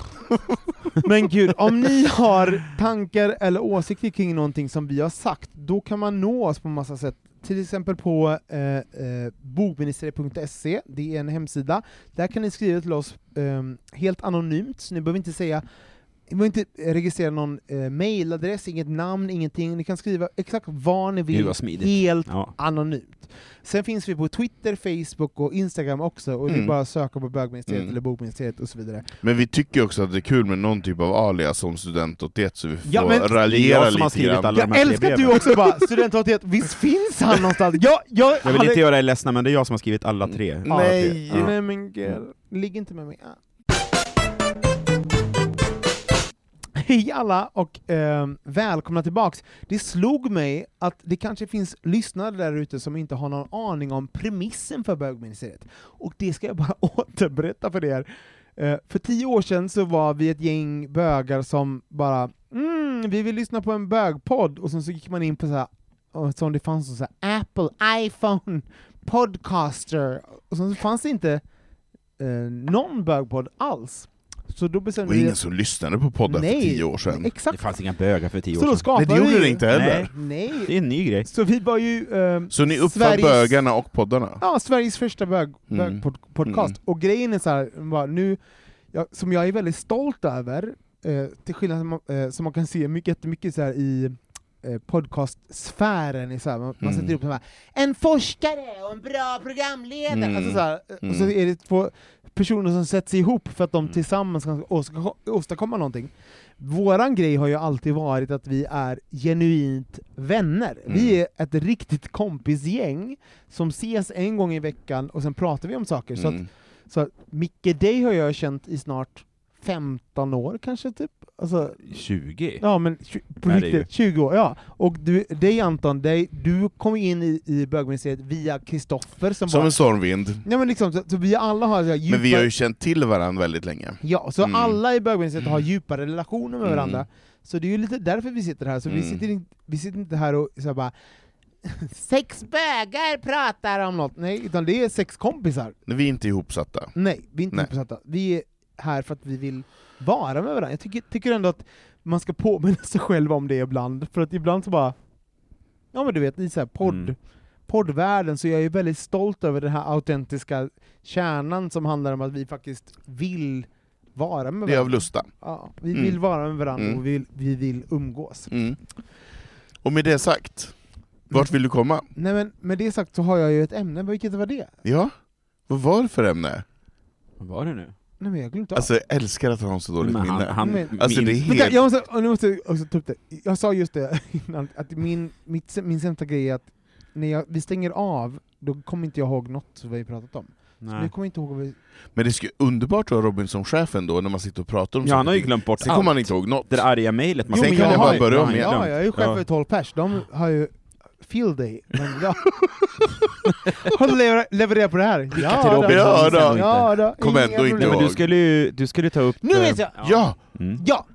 Speaker 4: Men gud, om ni har tankar eller åsikter kring någonting som vi har sagt, då kan man nå oss på massa sätt. Till exempel på eh, eh, bokministeriet.se, det är en hemsida. Där kan ni skriva till oss eh, helt anonymt, så ni behöver inte säga ni behöver inte eh, registrera någon eh, mailadress, inget namn, ingenting. Ni kan skriva exakt vad ni
Speaker 5: Gud
Speaker 4: vill,
Speaker 5: vad smidigt.
Speaker 4: helt
Speaker 5: Ja.
Speaker 4: anonymt. Sen finns vi på Twitter, Facebook och Instagram också, och det
Speaker 3: Mm.
Speaker 4: är bara att söka på bögministeriet
Speaker 3: Mm.
Speaker 4: eller bokministeriet och så vidare.
Speaker 3: Men vi tycker ju också att det är kul med någon typ av alias som student 81, så vi får
Speaker 4: Ja, men- Det är
Speaker 3: raljera
Speaker 5: jag som har
Speaker 3: lite
Speaker 5: skrivit
Speaker 3: grann.
Speaker 5: alla- de
Speaker 4: Jag
Speaker 5: här tre
Speaker 4: älskar att du
Speaker 5: breven.
Speaker 4: också bara, student 81, visst finns han någonstans? Jag, jag,
Speaker 5: Jag vill inte göra er ledsna, men det är jag som har skrivit alla tre.
Speaker 3: Nej.
Speaker 5: Alla tre.
Speaker 4: Mm. Nej,
Speaker 5: Ja.
Speaker 4: nej men gud, ligg inte med mig. Ah. Hej alla och eh, välkomna tillbaks. Det slog mig att det kanske finns lyssnare där ute som inte har någon aning om premissen för bögministeriet. Och det ska jag bara återberätta för er. Eh, för tio år sedan så var vi ett gäng bögar som bara mm, vi vill lyssna på en bögpodd, och sen så gick man in på så här, och som det fanns så här, Apple, iPhone, Podcaster, och sen så fanns det inte eh, någon bögpodd alls. Så då
Speaker 3: Det
Speaker 4: bestämde
Speaker 3: var
Speaker 4: vi...
Speaker 3: ingen som lyssnade på poddar för
Speaker 4: Nej,
Speaker 3: tio år sedan.
Speaker 5: Det
Speaker 4: Exakt.
Speaker 5: fanns inga bögar för tio år
Speaker 4: så då
Speaker 5: sedan.
Speaker 4: skapade
Speaker 3: Nej, det gjorde
Speaker 4: vi...
Speaker 3: det inte heller.
Speaker 5: Nej. Det är
Speaker 4: Nej.
Speaker 5: en ny grej.
Speaker 4: Så vi var ju... ehm,
Speaker 3: Så ni uppfann
Speaker 4: Sveriges-
Speaker 3: bögarna och poddarna?
Speaker 4: Ja, Sveriges första bög,
Speaker 3: Mm.
Speaker 4: bögpod- podcast.
Speaker 3: Mm.
Speaker 4: Och grejen är så här, bara, nu, jag, som jag är väldigt stolt över, eh, till skillnad som, man- eh, som man kan se mycket, jättemycket så här i eh, podcastsfären, i så här, man, man
Speaker 3: Mm.
Speaker 4: sätter upp så här, en forskare och en bra programledare,
Speaker 3: Mm.
Speaker 4: alltså så här, eh, och så
Speaker 3: Mm.
Speaker 4: är det två personer som sätts ihop för att de tillsammans kan åstadko- åstadkomma någonting. Våran grej har ju alltid varit att vi är genuint vänner.
Speaker 3: Mm.
Speaker 4: Vi är ett riktigt kompisgäng som ses en gång i veckan och sen pratar vi om saker. Så,
Speaker 3: Mm.
Speaker 4: att, så att Micke, dig har jag känt i snart 15 år kanske, typ. Alltså,
Speaker 5: 20?
Speaker 4: ja men tju- på
Speaker 5: Nej, det är
Speaker 4: riktigt, 20 år. Ja. Och du, dig Anton, dig, du kom in i, i bögministeriet via Kristoffer som,
Speaker 3: Som
Speaker 4: var...
Speaker 3: en stormvind.
Speaker 4: Ja men liksom, så, så vi alla har så här djupa...
Speaker 3: Men vi har ju känt till varandra väldigt länge.
Speaker 4: Ja, så
Speaker 3: Mm.
Speaker 4: alla i bögministeriet har djupa relationer med
Speaker 3: Mm.
Speaker 4: varandra. Så det är ju lite därför vi sitter här, så vi,
Speaker 3: Mm.
Speaker 4: sitter in, vi sitter inte här och så här bara Sex bögar pratar om något! Nej, utan det är sex kompisar.
Speaker 3: Vi är inte ihopsatta.
Speaker 4: Nej, vi är inte
Speaker 3: Nej.
Speaker 4: uppsatta. Vi är här för att vi vill vara med varandra. Jag tycker, tycker ändå att man ska påminna sig själv om det ibland, för att ibland så bara... Ja men du vet, i så här podd,
Speaker 5: Mm.
Speaker 4: poddvärlden så jag är ju väldigt stolt över den här autentiska kärnan som handlar om att vi faktiskt vill vara med
Speaker 3: Det är
Speaker 4: varandra.
Speaker 3: av lusta.
Speaker 4: Ja, vi
Speaker 3: Mm.
Speaker 4: vill vara med varandra
Speaker 3: Mm.
Speaker 4: och vi vill, vi vill umgås.
Speaker 3: Mm. Och med det sagt, vart vill du komma?
Speaker 4: Nej men med det sagt så har jag ju ett ämne, vilket var det?
Speaker 3: Ja? Vad var det för ämne?
Speaker 5: Vad var det nu?
Speaker 4: Nej men jag glömde
Speaker 3: Alltså jag älskar att han har så dåligt
Speaker 5: Men han,
Speaker 3: minne.
Speaker 5: han,
Speaker 4: Men-
Speaker 3: Alltså det är
Speaker 5: minns-
Speaker 4: Vänta,
Speaker 3: helt...
Speaker 4: jag måste, och nu måste jag också ta upp det. Jag sa just det innan, att min, mitt, se- min sämsta grej är att när jag, vi stänger av, då kommer inte jag ihåg något som vi har pratat om. Så nu
Speaker 5: Nej.
Speaker 4: kommer jag inte ihåg vad vi...
Speaker 3: Men det är underbart att ha Robin som chef ändå, när man sitter och pratar om
Speaker 5: Ja,
Speaker 3: saker
Speaker 5: han har ju
Speaker 3: och ting.
Speaker 5: glömt bort
Speaker 3: Sen
Speaker 5: allt.
Speaker 3: kommer han inte ihåg något.
Speaker 5: Det där arga mejlet man
Speaker 3: Jo,
Speaker 5: skickade.
Speaker 3: men jag
Speaker 5: Det har
Speaker 3: har-
Speaker 5: han- det har han
Speaker 3: Ja,
Speaker 4: Ja,
Speaker 5: glömt.
Speaker 4: jag är ju chef
Speaker 5: Ja.
Speaker 4: för 12 pers, de har ju field day. Men ja. Har du levererat leverera på det här? Ja
Speaker 5: till Robin,
Speaker 3: han minns ändå
Speaker 4: ja då.
Speaker 3: Kom
Speaker 4: Inga
Speaker 3: ändå inte
Speaker 4: problem.
Speaker 5: Nej, men du
Speaker 3: ihåg.
Speaker 5: skulle ju du skulle ta upp...
Speaker 4: Nu
Speaker 5: eh,
Speaker 4: vet jag!
Speaker 3: Ja!
Speaker 5: Mm.
Speaker 4: Ja!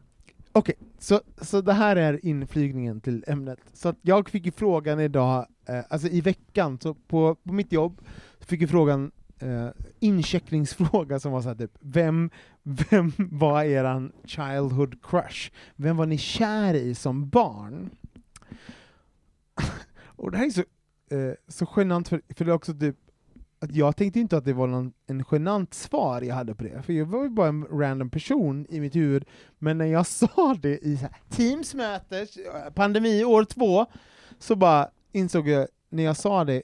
Speaker 4: Okej, så, så det här är inflygningen till ämnet. Så att jag fick ju frågan idag, eh, alltså i veckan, så på, på mitt jobb, fick ju frågan, eh, incheckningsfråga som var såhär typ, vem, vem var eran childhood crush? Vem var ni kär i som barn? Och det här är så, eh, så genant, för, för det är också typ att jag tänkte inte att det var någon, en genant svar jag hade på det, för jag var ju bara en random person i mitt huvud, men när jag sa det i så här, Teams möte, eh, pandemi år två, så bara insåg jag, när jag sa det,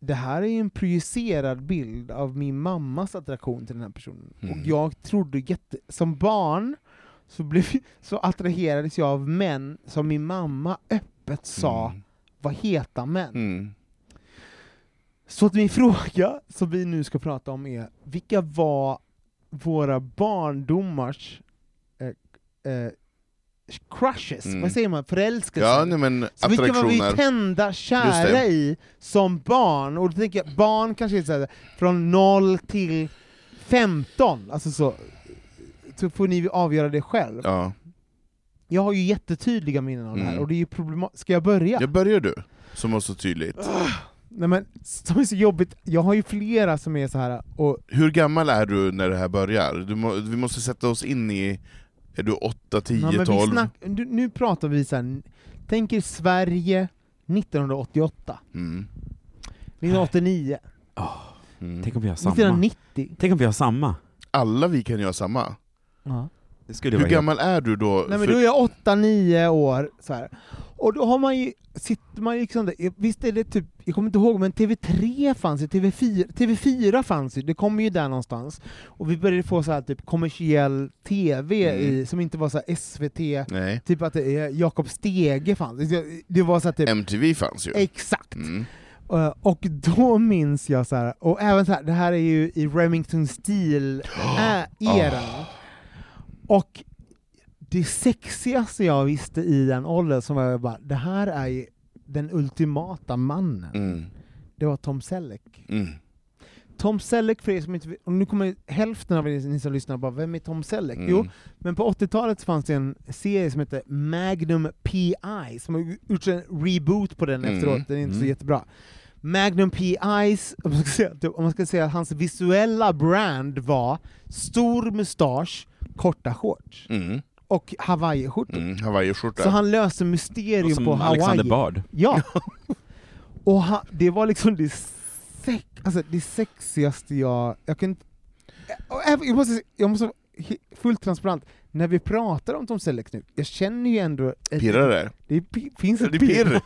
Speaker 4: det här är ju en projicerad bild av min mammas attraktion till den här personen.
Speaker 3: Mm.
Speaker 4: Och jag trodde jätte... Som barn så, blev, så attraherades jag av män som min mamma öppet sa
Speaker 3: Mm.
Speaker 4: var heta män.
Speaker 3: Mm.
Speaker 4: Så att min fråga som vi nu ska prata om är, vilka var våra barndomars eh, eh, crushes?
Speaker 3: Mm.
Speaker 4: Vad säger man? Förälskelser?
Speaker 3: Ja, nej, men
Speaker 4: Så vilka var vi
Speaker 3: attraktioner.
Speaker 4: tända,
Speaker 3: Just
Speaker 4: kära
Speaker 3: det.
Speaker 4: i som barn? Och då tänker jag, barn kanske är så här, från 0 till 15, alltså så, så får ni avgöra det själv.
Speaker 3: Ja.
Speaker 4: Jag har ju jättetydliga minnen av det här,
Speaker 3: Mm.
Speaker 4: och det är ju problematiskt. Ska jag börja?
Speaker 3: Jag börjar du, som var så tydligt.
Speaker 4: Nej men, som är så jobbigt, jag har ju flera som är så här och
Speaker 3: Hur gammal är du när det här börjar? Du må, vi måste sätta oss in i... Är du 8, 10,
Speaker 4: Ja, men vi
Speaker 3: 12?
Speaker 4: snack- nu- nu pratar vi så här. tänk er Sverige 1988,
Speaker 3: Mm.
Speaker 4: 1989,
Speaker 3: Mm.
Speaker 5: Tänk om vi har samma.
Speaker 4: 1990.
Speaker 5: Tänk om vi har samma.
Speaker 3: Alla vi kan göra samma.
Speaker 4: Ja.
Speaker 5: Det skulle
Speaker 3: Hur
Speaker 5: vara helt...
Speaker 3: gammal är du då?
Speaker 4: Nej men
Speaker 3: För-
Speaker 4: då är jag 8-9 år, så här. och då har man ju, sitter man ju liksom där, visst är det typ, jag kommer inte ihåg, men TV3 fanns ju, TV4, TV4 fanns ju, det kom ju där någonstans, och vi började få så här typ kommersiell TV i, som inte var så här SVT,
Speaker 3: Nej.
Speaker 4: typ att det är Jakob Stege fanns, Det- det var så här typ,
Speaker 3: MTV fanns ju.
Speaker 4: exakt.
Speaker 3: Mm.
Speaker 4: Eh, Och då minns jag så här, och även så här, det här är ju i Remington Steel-eran. Och det sexigaste jag visste i den åldern som var jag bara, det här är ju den ultimata mannen.
Speaker 3: Mm.
Speaker 4: Det var Tom Selleck.
Speaker 3: Mm.
Speaker 4: Tom Selleck, för er som inte vet- och nu kommer hälften av er ni som lyssnar bara, vem är Tom Selleck?
Speaker 3: Mm.
Speaker 4: Jo, men på 80-talet fanns det en serie som hette Magnum P.I. som har gjort en reboot på den
Speaker 3: Mm.
Speaker 4: efteråt, den är inte så
Speaker 5: Mm.
Speaker 4: jättebra. Magnum P.I.s, om man ska säga, typ, om man ska säga att hans visuella brand var stor mustasch, korta shorts
Speaker 3: Mm.
Speaker 4: och hawaiiskjortor.
Speaker 3: Mm. Hawaii-skjorta.
Speaker 4: Så han löste
Speaker 5: Och
Speaker 4: mysterium
Speaker 5: Som
Speaker 4: på Hawaii.
Speaker 5: Alexander Bard.
Speaker 4: Ja! och ha, det var liksom det, sex, alltså det sexigaste jag... Jag, kunde, och även- jag, måste, jag måste vara he- fullt transparent, när vi pratar om Tom Selleck nu, jag känner ju ändå... Ett,
Speaker 3: Pirrar det?
Speaker 4: Det pi- finns
Speaker 3: Ja,
Speaker 4: ett
Speaker 3: Det är
Speaker 4: pirr.
Speaker 3: pirr!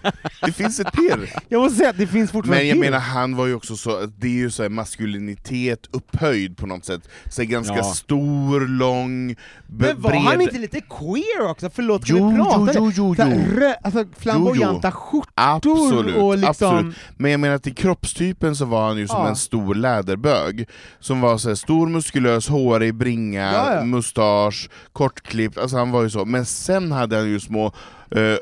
Speaker 3: Det finns ett pirr!
Speaker 4: Jag måste säga att det finns fortfarande
Speaker 3: Men jag
Speaker 4: pirr.
Speaker 3: menar, han var ju också så, det är ju så här maskulinitet upphöjd på något sätt. Så här ganska
Speaker 5: Ja.
Speaker 3: stor, lång, b-
Speaker 4: Men var
Speaker 3: bred.
Speaker 4: han inte lite queer också? Förlåt, kan
Speaker 3: Jo,
Speaker 4: vi prata
Speaker 3: jo,
Speaker 4: det?
Speaker 3: jo, jo,
Speaker 4: Så här,
Speaker 3: jo.
Speaker 4: rö- alltså, flamboyanta skjortor
Speaker 3: Absolut,
Speaker 4: och liksom...
Speaker 3: absolut. Men jag menar att i kroppstypen så var han ju som
Speaker 4: Ja.
Speaker 3: en stor läderbög. Som var så här stor, muskulös, hårig bringa,
Speaker 4: Ja, ja.
Speaker 3: mustasch, kortklippt, alltså han var ju så. Men sen hade han ju små eh,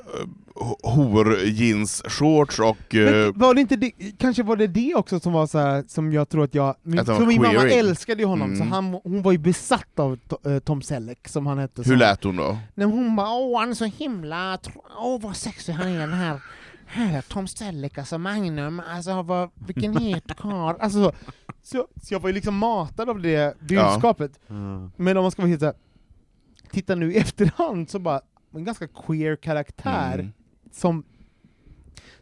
Speaker 3: horjeans, shorts och... Eh,
Speaker 4: Men var det inte det, kanske var det det också som var så här, som jag tror att jag... Min,
Speaker 3: Att han
Speaker 4: för
Speaker 3: var
Speaker 4: min mamma
Speaker 3: queering.
Speaker 4: älskade ju honom, så
Speaker 3: Mm.
Speaker 4: han, hon var ju besatt av To- eh, Tom Selleck, som han hette.
Speaker 3: hur
Speaker 4: som,
Speaker 3: lät hon då?
Speaker 4: När hon bara åh han är så himla, tro- åh vad sexig han är den här, här Tom Selleck, alltså Magnum, alltså vad, vilken het karl. Alltså, så, så, så jag var ju liksom matad av det budskapet. Men om man ska vara helt såhär, titta nu i efterhand så bara, en ganska queer karaktär
Speaker 3: Mm.
Speaker 4: som,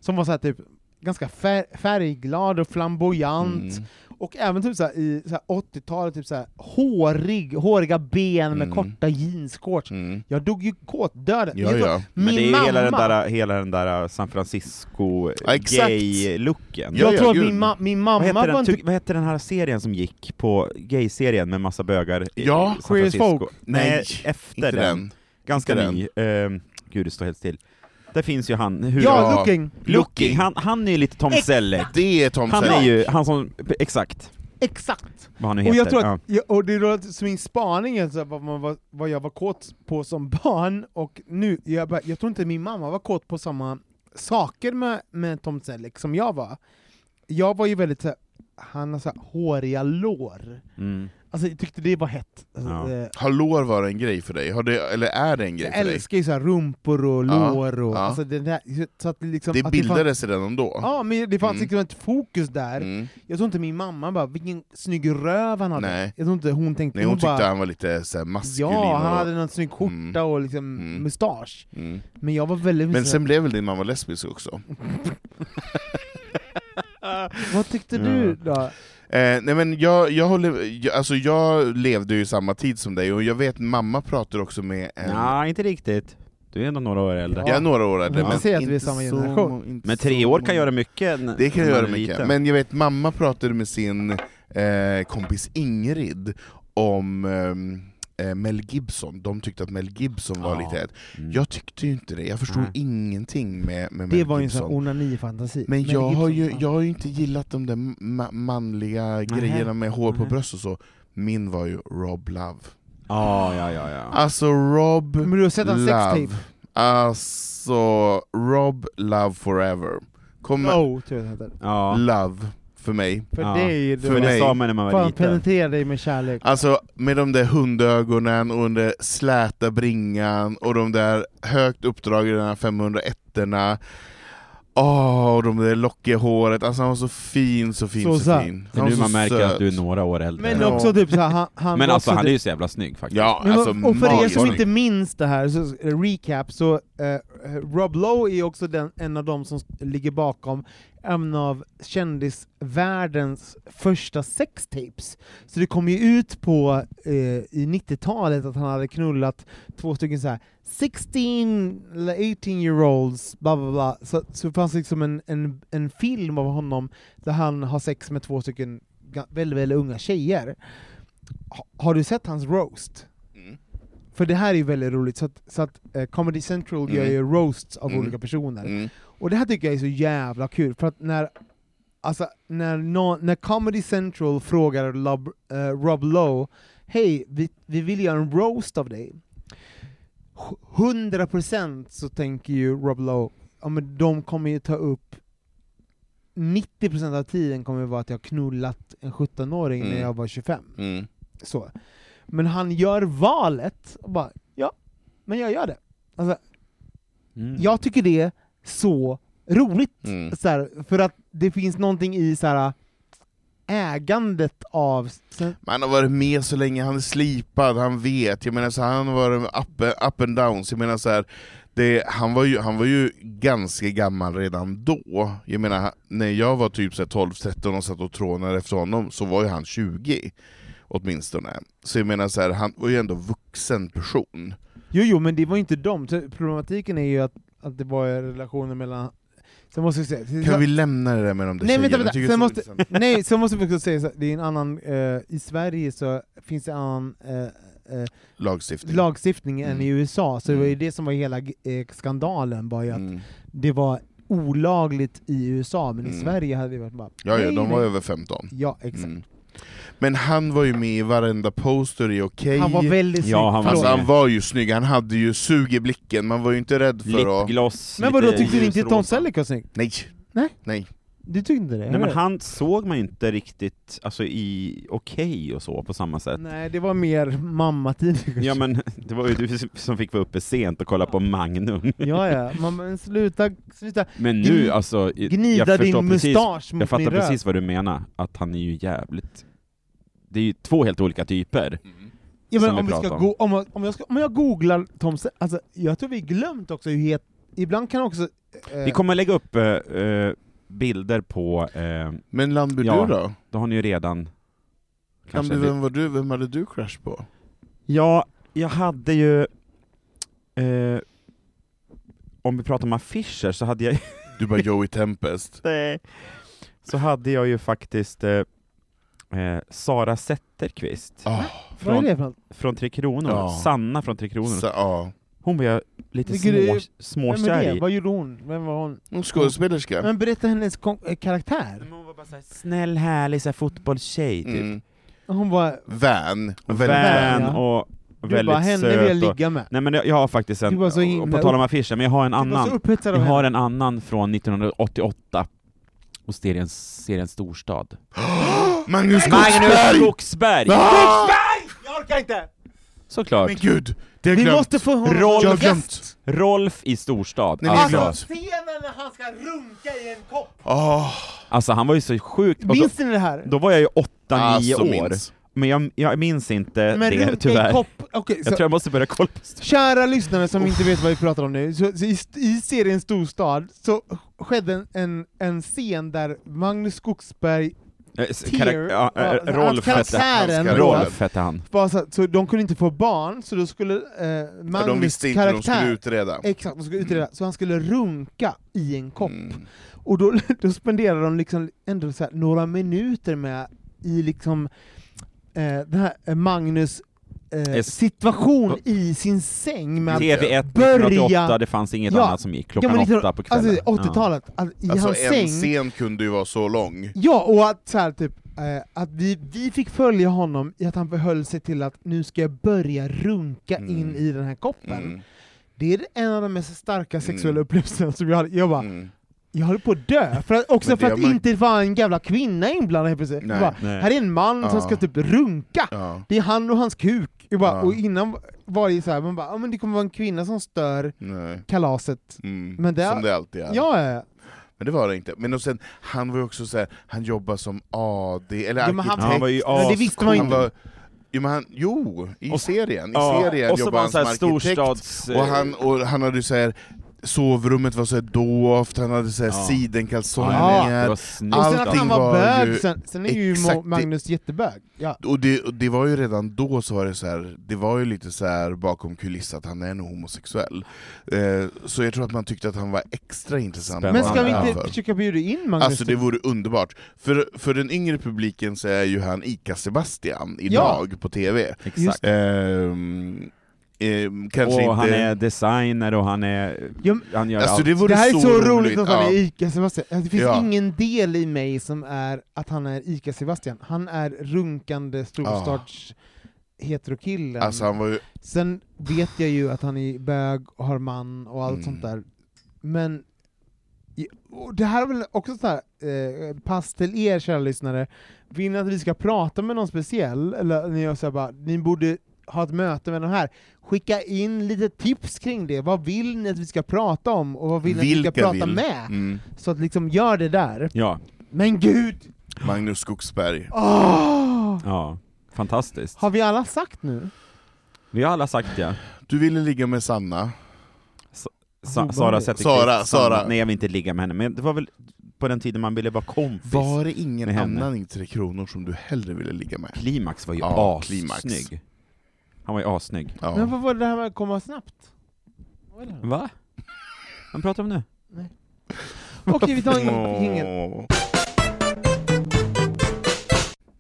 Speaker 4: som var så här typ ganska fär, färgglad och flamboyant,
Speaker 3: Mm.
Speaker 4: och även typ så här, i så här 80-talet, typ så här, hårig, håriga ben med
Speaker 3: Mm.
Speaker 4: korta jeansshorts.
Speaker 3: Mm.
Speaker 4: Jag dog ju kåtdöden.
Speaker 3: Ja,
Speaker 4: Vet du vad?
Speaker 3: ja.
Speaker 4: Min
Speaker 5: Men det är
Speaker 4: mamma,
Speaker 5: hela den där, hela den där eh, San Francisco
Speaker 3: Ja, exakt.
Speaker 5: gay-looken.
Speaker 3: Ja,
Speaker 4: jag
Speaker 3: ja,
Speaker 4: tror att
Speaker 3: gud.
Speaker 4: min, ma- min
Speaker 5: Vad
Speaker 4: mamma
Speaker 5: hette,
Speaker 4: var
Speaker 5: den,
Speaker 4: inte...
Speaker 5: ty- vad hette den här serien som gick på gay-serien med massa bögar i
Speaker 3: Ja,
Speaker 5: San
Speaker 4: Queer as
Speaker 5: Francisco?
Speaker 4: Folk.
Speaker 5: Nej,
Speaker 3: Nej,
Speaker 5: efter
Speaker 3: Inte
Speaker 5: den.
Speaker 3: den.
Speaker 5: Ganska
Speaker 3: Inte
Speaker 5: ny. Ehm, gud, det står helt still. Där finns ju han, hur...
Speaker 4: typ- Ja,
Speaker 3: Ja.
Speaker 4: looking!
Speaker 5: Looking, han, han är ju lite Tom
Speaker 4: Exakt.
Speaker 5: Selleck.
Speaker 3: Det är Tom
Speaker 5: Han är
Speaker 3: Selleck.
Speaker 5: ju, han som, exakt,
Speaker 4: Exakt!
Speaker 5: vad han nu
Speaker 4: Och
Speaker 5: heter.
Speaker 4: jag tror
Speaker 5: ja.
Speaker 4: att, ja. och det är då att så min spaning är så här, vad, man var, vad jag var kåt på som barn, och nu, jag, bara, jag tror inte min mamma var kåt på samma saker med, med Tom Selleck som jag var. Jag var ju väldigt så här, han har så här, håriga lår.
Speaker 5: Mm.
Speaker 4: Alltså jag tyckte det var hett. Alltså,
Speaker 5: Ja.
Speaker 4: eh,
Speaker 3: Har lår varit en grej för dig? Har det, eller är det en grej
Speaker 4: jag
Speaker 3: för dig?
Speaker 4: älskar ju så här rumpor och
Speaker 3: Ja,
Speaker 4: lår och...
Speaker 3: ja.
Speaker 4: Alltså det där, så att det liksom,
Speaker 3: Det
Speaker 4: att
Speaker 3: bildades redan då?
Speaker 4: Det fanns, ja, men det fanns
Speaker 3: Mm.
Speaker 4: liksom ett fokus där.
Speaker 3: Mm.
Speaker 4: Jag tror inte min mamma bara, vilken snygg röv han hade.
Speaker 3: Nej.
Speaker 4: Jag tror inte hon tänkte...
Speaker 3: Nej, hon tyckte
Speaker 4: bara,
Speaker 3: han var lite så här maskulin
Speaker 4: Ja,
Speaker 3: och-
Speaker 4: han hade någon snygg skjorta
Speaker 3: Mm.
Speaker 4: och liksom
Speaker 3: Mm.
Speaker 4: mustasch.
Speaker 3: mm.
Speaker 4: Men jag var väldigt...
Speaker 3: Men
Speaker 4: så-
Speaker 3: sen blev väl din mamma lesbisk också?
Speaker 4: vad tyckte du då?
Speaker 3: Eh, nej men jag, jag, håller, jag, alltså jag levde ju samma tid som dig, och jag vet mamma pratar också med en...
Speaker 5: Nej, inte riktigt. Du är ändå några år äldre.
Speaker 3: Jag är några år äldre,
Speaker 4: Ja.
Speaker 3: men
Speaker 4: Säg att vi är
Speaker 3: inte
Speaker 4: samma
Speaker 3: så-
Speaker 4: generation.
Speaker 3: inte
Speaker 5: Men
Speaker 3: så
Speaker 5: tre år kan
Speaker 3: många.
Speaker 5: göra mycket. n-
Speaker 3: Det kan
Speaker 5: när man
Speaker 3: göra
Speaker 5: är
Speaker 3: mycket,
Speaker 5: liten.
Speaker 3: men jag vet mamma pratade med sin eh, kompis Ingrid om ehm, eh, Mel Gibson, de tyckte att Mel Gibson var
Speaker 5: Ja.
Speaker 3: lite het.
Speaker 5: Mm.
Speaker 3: Jag tyckte ju inte det, jag förstod
Speaker 5: Nej.
Speaker 3: ingenting med, med
Speaker 4: Det
Speaker 3: Mel
Speaker 4: var ju en
Speaker 3: Gibson.
Speaker 4: sån onani-fantasi.
Speaker 3: Men
Speaker 4: Mel
Speaker 3: jag har,
Speaker 4: Gibson,
Speaker 3: ju,
Speaker 4: ja.
Speaker 3: jag har ju inte gillat de där ma- manliga grejerna med hår
Speaker 4: Mm.
Speaker 3: på
Speaker 5: Nähä.
Speaker 3: bröst och så. Min var ju Rob Love.
Speaker 5: Ja, ja, ja, ja.
Speaker 3: Alltså Rob
Speaker 4: Men du har sett hans
Speaker 3: Love.
Speaker 4: sextape?
Speaker 3: Alltså Rob Love Forever. Kommer
Speaker 4: Oh, tror jag det heter.
Speaker 5: ja.
Speaker 3: Love för mig.
Speaker 4: För
Speaker 5: Ja.
Speaker 4: det är ju...
Speaker 5: För det
Speaker 3: mig.
Speaker 5: sa man när man var
Speaker 4: Fan,
Speaker 5: liten.
Speaker 4: penetrera dig med kärlek.
Speaker 3: Alltså med de där hundögonen och den där släta bringan och de där högt uppdragna 501 erna Åh, och de där lockiga håret. Alltså han var så fin, så fin,
Speaker 4: Så
Speaker 3: så,
Speaker 4: söt.
Speaker 3: fin.
Speaker 5: Det är
Speaker 3: Han
Speaker 5: nu
Speaker 3: var
Speaker 5: man
Speaker 3: så
Speaker 5: märker
Speaker 3: söt.
Speaker 5: att du är några år äldre.
Speaker 4: Men
Speaker 3: Ja.
Speaker 4: också typ såhär, han, han
Speaker 5: Men
Speaker 4: var
Speaker 5: alltså
Speaker 4: också
Speaker 5: han är
Speaker 4: typ-
Speaker 5: ju så jävla snygg faktiskt.
Speaker 3: Ja,
Speaker 4: Men
Speaker 3: alltså
Speaker 4: och för er som
Speaker 3: magiskt.
Speaker 4: inte minns det här, så eh, recap, så eh, Rob Lowe är ju också den, en av de som s- ligger bakom en av kändisvärldens första sextapes. Så det kom ju ut på eh, i 90-talet att han hade knullat två stycken så här 16 eller 18 year olds, bla bla bla. Så, så det fanns liksom en, en, en film av honom där han har sex med två stycken ga- väldigt, väldigt unga tjejer. Ha, har du sett hans roast?
Speaker 3: Mm.
Speaker 4: För det här är ju väldigt roligt, så att, så att eh, Comedy Central gör
Speaker 3: Mm.
Speaker 4: ju roasts av
Speaker 3: Mm.
Speaker 4: olika personer.
Speaker 3: Mm.
Speaker 4: Och det här tycker jag är så jävla kul, för att när, alltså, när, nå- när Comedy Central frågar Lob, eh, Rob Lowe Hej, vi, vi vill göra en roast av dig. H- 100% så tänker ju Rob Lowe, ja men de kommer ju ta upp 90% av tiden kommer det vara att jag har knullat en 17-åring när
Speaker 3: Mm.
Speaker 4: jag var 25.
Speaker 3: Mm.
Speaker 4: Så. Men han gör valet, och bara ja, men jag gör det. Alltså,
Speaker 5: Mm.
Speaker 4: jag tycker det är så roligt.
Speaker 3: Mm.
Speaker 4: Så här, för att det finns någonting i så här, ägandet av... Så,
Speaker 3: Men han har varit med så länge, han är slipad, han vet. Jag menar så här, han har varit up, up and downs. Jag menar så här, det, han, var ju, han var ju ganska gammal redan då. Jag menar, när jag var typ 12-13 och satt och trånade efter honom så var ju han 20 åtminstone. Så jag menar så här, han var ju ändå vuxen person.
Speaker 4: jo, jo, men det var ju inte dem. Så Problematiken är ju att, att det var relationer mellan... Sen måste jag säga...
Speaker 3: Kan vi lämna det där med de där
Speaker 4: Nej, vänta,
Speaker 3: tjejerna?
Speaker 4: vänta.
Speaker 3: Jag tycker
Speaker 4: Sen
Speaker 3: det är så liksom. intressant.
Speaker 4: måste- Nej, så måste vi också säga så här, det är en annan... Eh, I Sverige så finns det en annan eh, eh,
Speaker 3: Lagstiftning.
Speaker 4: lagstiftning än
Speaker 3: Mm.
Speaker 4: i USA, så det var ju
Speaker 3: Mm.
Speaker 4: det som var hela eh, skandalen, var ju att
Speaker 3: Mm.
Speaker 4: det var olagligt i USA, men i
Speaker 3: Mm.
Speaker 4: Sverige hade det varit bara...
Speaker 3: Ja, ja,
Speaker 4: nej,
Speaker 3: de
Speaker 4: nej.
Speaker 3: var över 15.
Speaker 4: Ja, exakt.
Speaker 3: Mm. Men han var ju med i varenda poster i Okej.
Speaker 4: Han var väldigt
Speaker 5: Ja,
Speaker 4: snygg.
Speaker 5: han var
Speaker 4: Förlåt.
Speaker 3: Alltså
Speaker 5: Fråga.
Speaker 3: han var ju snygg, han hade ju sug i blicken, man var ju inte rädd för att...
Speaker 5: Lipgloss,
Speaker 4: Men vadå,
Speaker 5: lite
Speaker 4: tyckte du inte
Speaker 5: ljusrosa.
Speaker 4: Tom Selleck var snygg?
Speaker 3: Nej!
Speaker 4: Nej.
Speaker 3: Nej.
Speaker 4: Du tyckte inte det?
Speaker 5: Nej men
Speaker 4: eller?
Speaker 5: han såg man ju inte riktigt, alltså i okej och så på samma sätt.
Speaker 4: Nej, det var mer mammatid kanske.
Speaker 5: Ja men det var ju du som fick vara uppe sent och kolla på Magnum.
Speaker 4: ja, ja. Man, men sluta, sluta
Speaker 5: Men nu alltså, i-
Speaker 4: gnida
Speaker 5: jag förstår
Speaker 4: din
Speaker 5: precis,
Speaker 4: mustasch mot
Speaker 5: jag fattar
Speaker 4: min röv.
Speaker 5: precis vad du menar, att han är ju jävligt... Det är ju två helt olika typer.
Speaker 4: ja, men
Speaker 5: som vi
Speaker 4: om, vi ska
Speaker 5: pratar om.
Speaker 4: go- om, jag- om, jag ska, om jag googlar Tom Selleck, alltså, jag tror vi glömt också hur het... Ibland kan också... eh,
Speaker 5: Vi kommer lägga upp eh, eh, bilder på, eh,
Speaker 3: Men Lambu
Speaker 5: Ja,
Speaker 3: du då?
Speaker 5: då har ni ju redan...
Speaker 3: Lambu,
Speaker 5: en
Speaker 3: vem var du? Vem hade du crush på?
Speaker 5: Ja, jag hade ju... Eh, om vi pratar om affischer så hade jag
Speaker 3: Du bara Joey Tempest.
Speaker 5: Så hade jag ju faktiskt eh, eh, Sara Zetterqvist
Speaker 3: Ah,
Speaker 4: vad är
Speaker 5: från,
Speaker 4: det för något?
Speaker 5: från Tre Kronor,
Speaker 3: Ja.
Speaker 5: Sanna från Tre Kronor.
Speaker 3: så, ja.
Speaker 5: Hon var jag lite
Speaker 4: Vilket är-
Speaker 5: små,
Speaker 4: Vem är
Speaker 5: småkär
Speaker 4: det?
Speaker 5: i.
Speaker 4: Vad gjorde hon? Vem var hon?
Speaker 3: Hon skådespelerska.
Speaker 4: Men berätta hennes kon- eh, karaktär.
Speaker 5: Hon var bara såhär, snäll, härlig så här, fotbollstjej typ.
Speaker 3: Mm.
Speaker 4: Hon var...
Speaker 3: Van. Och väldigt
Speaker 4: Van,
Speaker 5: Vän
Speaker 4: ja.
Speaker 5: och
Speaker 4: Du
Speaker 5: väldigt
Speaker 4: bara, henne vill jag
Speaker 5: söt. Och...
Speaker 4: ligga med.
Speaker 5: Nej men jag, jag har faktiskt
Speaker 4: Du
Speaker 5: en,
Speaker 4: var så himla
Speaker 5: och på tal om affischer, men jag har en
Speaker 4: Du var så
Speaker 5: annan. Jag
Speaker 4: upphetsad av henne.
Speaker 5: har en annan från 1988 och serien, serien Storstad.
Speaker 3: Magnus
Speaker 5: Magnus
Speaker 3: Skogsberg!
Speaker 5: Skogsberg!
Speaker 3: Ah!
Speaker 4: Jag orkar inte!
Speaker 5: Såklart!
Speaker 3: Men gud! Det har jag
Speaker 4: Vi
Speaker 3: glömt.
Speaker 4: måste få honom
Speaker 3: Jag har
Speaker 4: som gäst!
Speaker 3: glömt!
Speaker 5: Rolf i Storstad.
Speaker 3: Nej, det är
Speaker 5: alltså,
Speaker 3: glad.
Speaker 4: Scenen när han ska runka i en kopp!
Speaker 3: Ah,
Speaker 5: Alltså han var ju så sjukt... Och då,
Speaker 4: Minns ni det här?
Speaker 5: då var jag ju 8-9
Speaker 3: alltså,
Speaker 5: år,
Speaker 3: minns.
Speaker 5: men jag, jag minns inte
Speaker 4: Men
Speaker 5: det
Speaker 4: runka i en
Speaker 5: tyvärr.
Speaker 4: kopp, okej,
Speaker 5: Jag
Speaker 4: så,
Speaker 5: tror jag måste börja kolla på st-
Speaker 4: kära lyssnare som inte vet vad vi pratar om nu, så, så i, st- i serien Storstad så skedde en, en, en scen där Magnus Skogsberg
Speaker 5: eh, s-
Speaker 4: Tear.
Speaker 5: karak- ja,
Speaker 4: Ja,
Speaker 5: eh,
Speaker 4: alltså,
Speaker 5: Rolf
Speaker 4: hans
Speaker 5: hette
Speaker 4: karaktären
Speaker 3: Hans
Speaker 4: då,
Speaker 3: Rolf.
Speaker 5: Rolf hette han.
Speaker 4: bara så, så de kunde inte få barn, så då skulle eh,
Speaker 3: Ja, de
Speaker 4: Magnus
Speaker 3: visste inte hur de skulle
Speaker 4: karaktär
Speaker 3: utreda.
Speaker 4: Exakt, de skulle utreda, så han skulle runka i en kopp.
Speaker 3: Mm.
Speaker 4: Och då, då spenderar de liksom ändå så här, några minuter med i liksom eh, den här eh, Magnus eh,
Speaker 5: Eh,
Speaker 4: situation i sin säng med att
Speaker 5: TV1 1988, det fanns inget
Speaker 4: Ja.
Speaker 5: annat som gick
Speaker 4: Ja,
Speaker 5: klockan
Speaker 4: men
Speaker 5: åtta
Speaker 4: lite-
Speaker 5: på
Speaker 4: Alltså
Speaker 5: kvällen.
Speaker 4: 80-talet, att i
Speaker 3: Alltså
Speaker 4: hans
Speaker 3: en
Speaker 4: säng...
Speaker 3: scen kunde ju vara så lång.
Speaker 4: Ja, och att, så här, typ, eh, att vi, vi fick följa honom i att han förhöll sig till att nu ska jag börja runka
Speaker 3: Mm.
Speaker 4: in i den här koppen.
Speaker 3: Mm.
Speaker 4: Det är en av de mest starka sexuella
Speaker 3: Mm.
Speaker 4: upplevelserna som jag hade. Jag bara,
Speaker 3: Mm.
Speaker 4: jag höll på att dö! För att, också
Speaker 3: Men
Speaker 4: för
Speaker 3: det
Speaker 4: att
Speaker 3: har man-
Speaker 4: inte vara en jävla kvinna inblandad helt plötsligt.
Speaker 3: Nej.
Speaker 4: Jag bara,
Speaker 5: Nej.
Speaker 4: Här är en man som
Speaker 3: Ja.
Speaker 4: ska typ runka!
Speaker 3: Ja.
Speaker 4: Det är han och hans kuk. Jag bara,
Speaker 3: Ja.
Speaker 4: Och innan var det så här, man bara, ah, men det kommer vara en kvinna som stör
Speaker 3: Nej.
Speaker 4: kalaset.
Speaker 3: Mm.
Speaker 4: Men det-
Speaker 3: Som det alltid är.
Speaker 4: Ja, ja, ja.
Speaker 3: Men det var det inte. Men och sen, han var ju också så här, han jobbar som AD, eller
Speaker 4: Ja,
Speaker 3: arkitekt.
Speaker 4: men han-
Speaker 5: Ja, han var ju
Speaker 4: Men det visste man ju
Speaker 3: Han
Speaker 4: inte.
Speaker 3: var, jo, men han, jo, i
Speaker 5: Och-
Speaker 3: serien, i
Speaker 5: Ja,
Speaker 3: serien
Speaker 5: och så var
Speaker 3: jobbade
Speaker 5: han
Speaker 3: han
Speaker 5: så
Speaker 3: som
Speaker 5: här
Speaker 3: arkitekt,
Speaker 5: storstads...
Speaker 3: och han, och han hade ju så här, sovrummet var så här dovt, han hade så här
Speaker 5: Ja.
Speaker 4: Ja,
Speaker 3: sidenkalsonger,
Speaker 5: det var
Speaker 4: Och
Speaker 5: snyggt.
Speaker 4: sen att
Speaker 3: Allting
Speaker 4: han var,
Speaker 3: var
Speaker 4: bög,
Speaker 3: ju-
Speaker 4: sen, sen är ju
Speaker 3: Exakt,
Speaker 4: Mo-
Speaker 3: det-
Speaker 4: Magnus jättebög. Ja.
Speaker 3: Och det, och det var ju redan då så var det så här, det var ju lite så här bakom kulissen att han är nog homosexuell. Eh, så jag tror att man tyckte att han var extra intressant.
Speaker 5: Spännande.
Speaker 3: än
Speaker 4: Men
Speaker 3: vad
Speaker 4: ska
Speaker 3: han är
Speaker 4: vi inte
Speaker 3: för.
Speaker 4: försöka bjuda in Magnus?
Speaker 3: Alltså det vore underbart. För, för den yngre publiken så är ju han ICA-Sebastian idag på TV.
Speaker 5: Exakt.
Speaker 3: Ehm, ehm, kanske
Speaker 5: Och
Speaker 3: inte...
Speaker 5: han är designer och han är...
Speaker 4: Ja, men-
Speaker 5: Han gör
Speaker 3: Alltså
Speaker 5: allt.
Speaker 3: det vore
Speaker 4: det här är
Speaker 3: så,
Speaker 4: så roligt att han
Speaker 3: Ja.
Speaker 4: är ICA-Sebastian. Alltså, Det finns
Speaker 3: Ja.
Speaker 4: ingen del i mig som är att han är ICA-Sebastian. Han är runkande storstads heterokillen.
Speaker 3: Alltså han var ju...
Speaker 4: Sen vet jag ju att han är bög och har man och allt
Speaker 3: Mm.
Speaker 4: sånt där. Men i- och det här är väl också så här, eh, pass till er kära lyssnare. Vill ni att vi ska prata med någon speciell, eller ni, gör så här bara, ni borde ha ett möte med den här, skicka in lite tips kring det. Vad vill ni att vi ska prata om och vad vill ni att vi ska
Speaker 3: Vilka
Speaker 4: prata
Speaker 3: vill?
Speaker 4: med?
Speaker 3: Mm,
Speaker 4: Så att liksom gör det där.
Speaker 5: Ja,
Speaker 4: Men gud!
Speaker 3: Magnus Skogsberg.
Speaker 4: Ah. Åh!
Speaker 5: ja. Fantastiskt.
Speaker 4: Har vi alla sagt nu?
Speaker 5: Vi har alla sagt ja.
Speaker 3: Du ville ligga med Sanna.
Speaker 5: Sa
Speaker 4: Obehagligt.
Speaker 5: Sara Zetterqvist.
Speaker 3: Sara, Sara.
Speaker 5: Nej jag vill inte ligga med henne, men det var väl på den tiden man ville vara kompis.
Speaker 3: Var det ingen
Speaker 5: Med henne.
Speaker 3: annan i Tre Kronor som du hellre ville ligga med?
Speaker 5: Klimax var ju
Speaker 3: Ja,
Speaker 5: assnygg.
Speaker 3: Klimax.
Speaker 5: Han var ju assnygg.
Speaker 3: Ja.
Speaker 4: Men vad var det här med att komma snabbt? Vad var det här?
Speaker 5: Va? Vad pratar vi om nu?
Speaker 4: Okej, vi tar in jingel.
Speaker 3: Åh.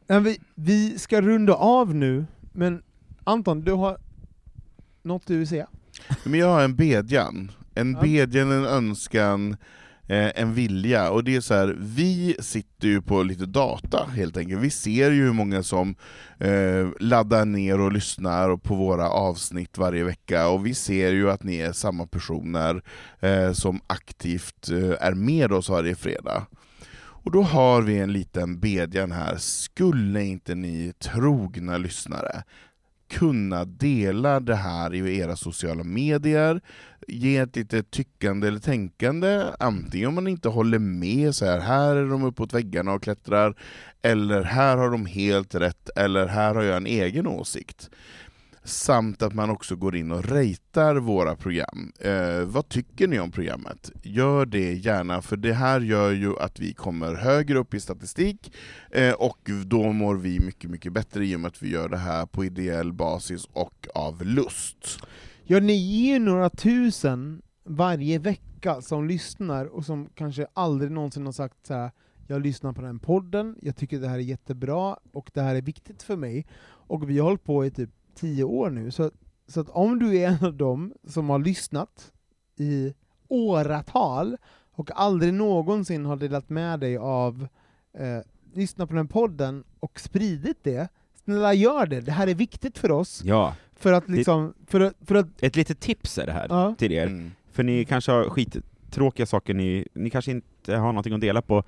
Speaker 4: Nej, Vi, vi ska runda av nu, men Anton, du har något du vill säga?
Speaker 3: Men jag har en bedjan. En
Speaker 4: Ja.
Speaker 3: bedjan, en önskan, eh, en vilja. Och det är så här, vi sitter ju på lite data helt enkelt. Vi ser ju hur många som eh, laddar ner och lyssnar och på våra avsnitt varje vecka. Och vi ser ju att ni är samma personer eh, som aktivt eh, är med oss varje fredag. Och då har vi en liten bedjan här. Skulle inte ni trogna lyssnare kunna dela det här i era sociala medier, ge ett lite tyckande eller tänkande, antingen om man inte håller med, så här, här är de uppåt väggarna och klättrar, eller här har de helt rätt, eller här har jag en egen åsikt. Samt att man också går in och ratear våra program. Eh, vad tycker ni om programmet? Gör det gärna, för det här gör ju att vi kommer högre upp i statistik, Eh, och då mår vi mycket, mycket bättre i och med att vi gör det här på ideell basis och av lust.
Speaker 4: Ja, ni är ju några tusen varje vecka som lyssnar och som kanske aldrig någonsin har sagt så här. jag lyssnar på den podden, jag tycker det här är jättebra och det här är viktigt för mig. Och vi har hållit på i typ tio år nu, så, så att om du är en av dem som har lyssnat i åratal och aldrig någonsin har delat med dig av eh, lyssna på den podden och spridit det, snälla gör det, det här är viktigt för oss.
Speaker 5: Ja,
Speaker 4: För att liksom, för att, för att
Speaker 5: ett litet tips är det här
Speaker 4: Ja.
Speaker 5: till er.
Speaker 3: Mm.
Speaker 5: För ni kanske har skittråkiga saker, ni, ni kanske inte har någonting att dela på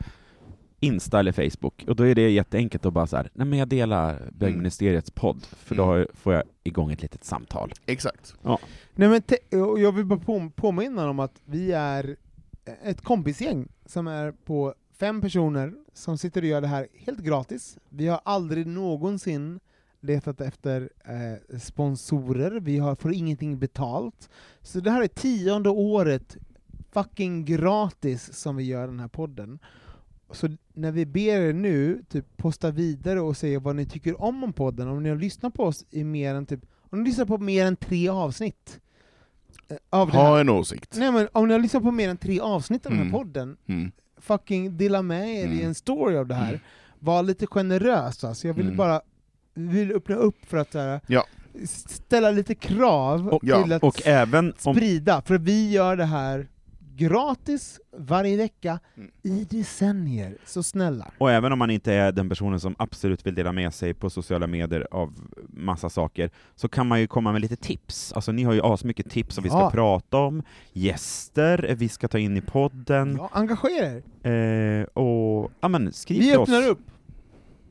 Speaker 5: Insta eller Facebook, och då är det jätteenkelt att bara så här, nej men jag delar bögministeriets podd, för då har- får jag igång ett litet samtal.
Speaker 3: Exakt.
Speaker 4: Nej, men te- och jag vill bara på- påminna om att vi är eh, ett kompisgäng som är på fem personer som sitter och gör det här helt gratis. Vi har aldrig någonsin letat efter eh, sponsorer, vi har, får ingenting betalt. Så det här är tionde året fucking gratis som vi gör den här podden. Så när vi ber er nu, typ posta vidare och säga vad ni tycker om om podden, om ni har lyssnat på oss i mer än typ, om ni lyssnar på mer än tre avsnitt eh, av det
Speaker 3: Ha
Speaker 4: här.
Speaker 3: en åsikt.
Speaker 4: Nej men om ni har lyssnat på mer än tre avsnitt av den
Speaker 3: Mm.
Speaker 4: här podden,
Speaker 3: Mm.
Speaker 4: fucking dela med er i
Speaker 3: Mm.
Speaker 4: en story av det här. Var lite generös alltså, jag vill
Speaker 3: Mm.
Speaker 4: bara vi vill öppna upp för att så här,
Speaker 3: Ja.
Speaker 4: ställa lite krav
Speaker 5: Och-
Speaker 4: till
Speaker 3: ja,
Speaker 4: att
Speaker 5: Och även om...
Speaker 4: sprida, för vi gör det här gratis varje vecka
Speaker 3: Mm.
Speaker 4: i decennier. Så snälla.
Speaker 5: Och även om man inte är den personen som absolut vill dela med sig på sociala medier av massa saker, så kan man ju komma med lite tips. Alltså ni har ju asmycket tips som vi ska
Speaker 4: Ja.
Speaker 5: prata om, gäster vi ska ta in i podden,
Speaker 4: Ja, engagera er.
Speaker 5: eh, och ja men skriv
Speaker 4: Vi
Speaker 5: till oss.
Speaker 4: öppnar upp.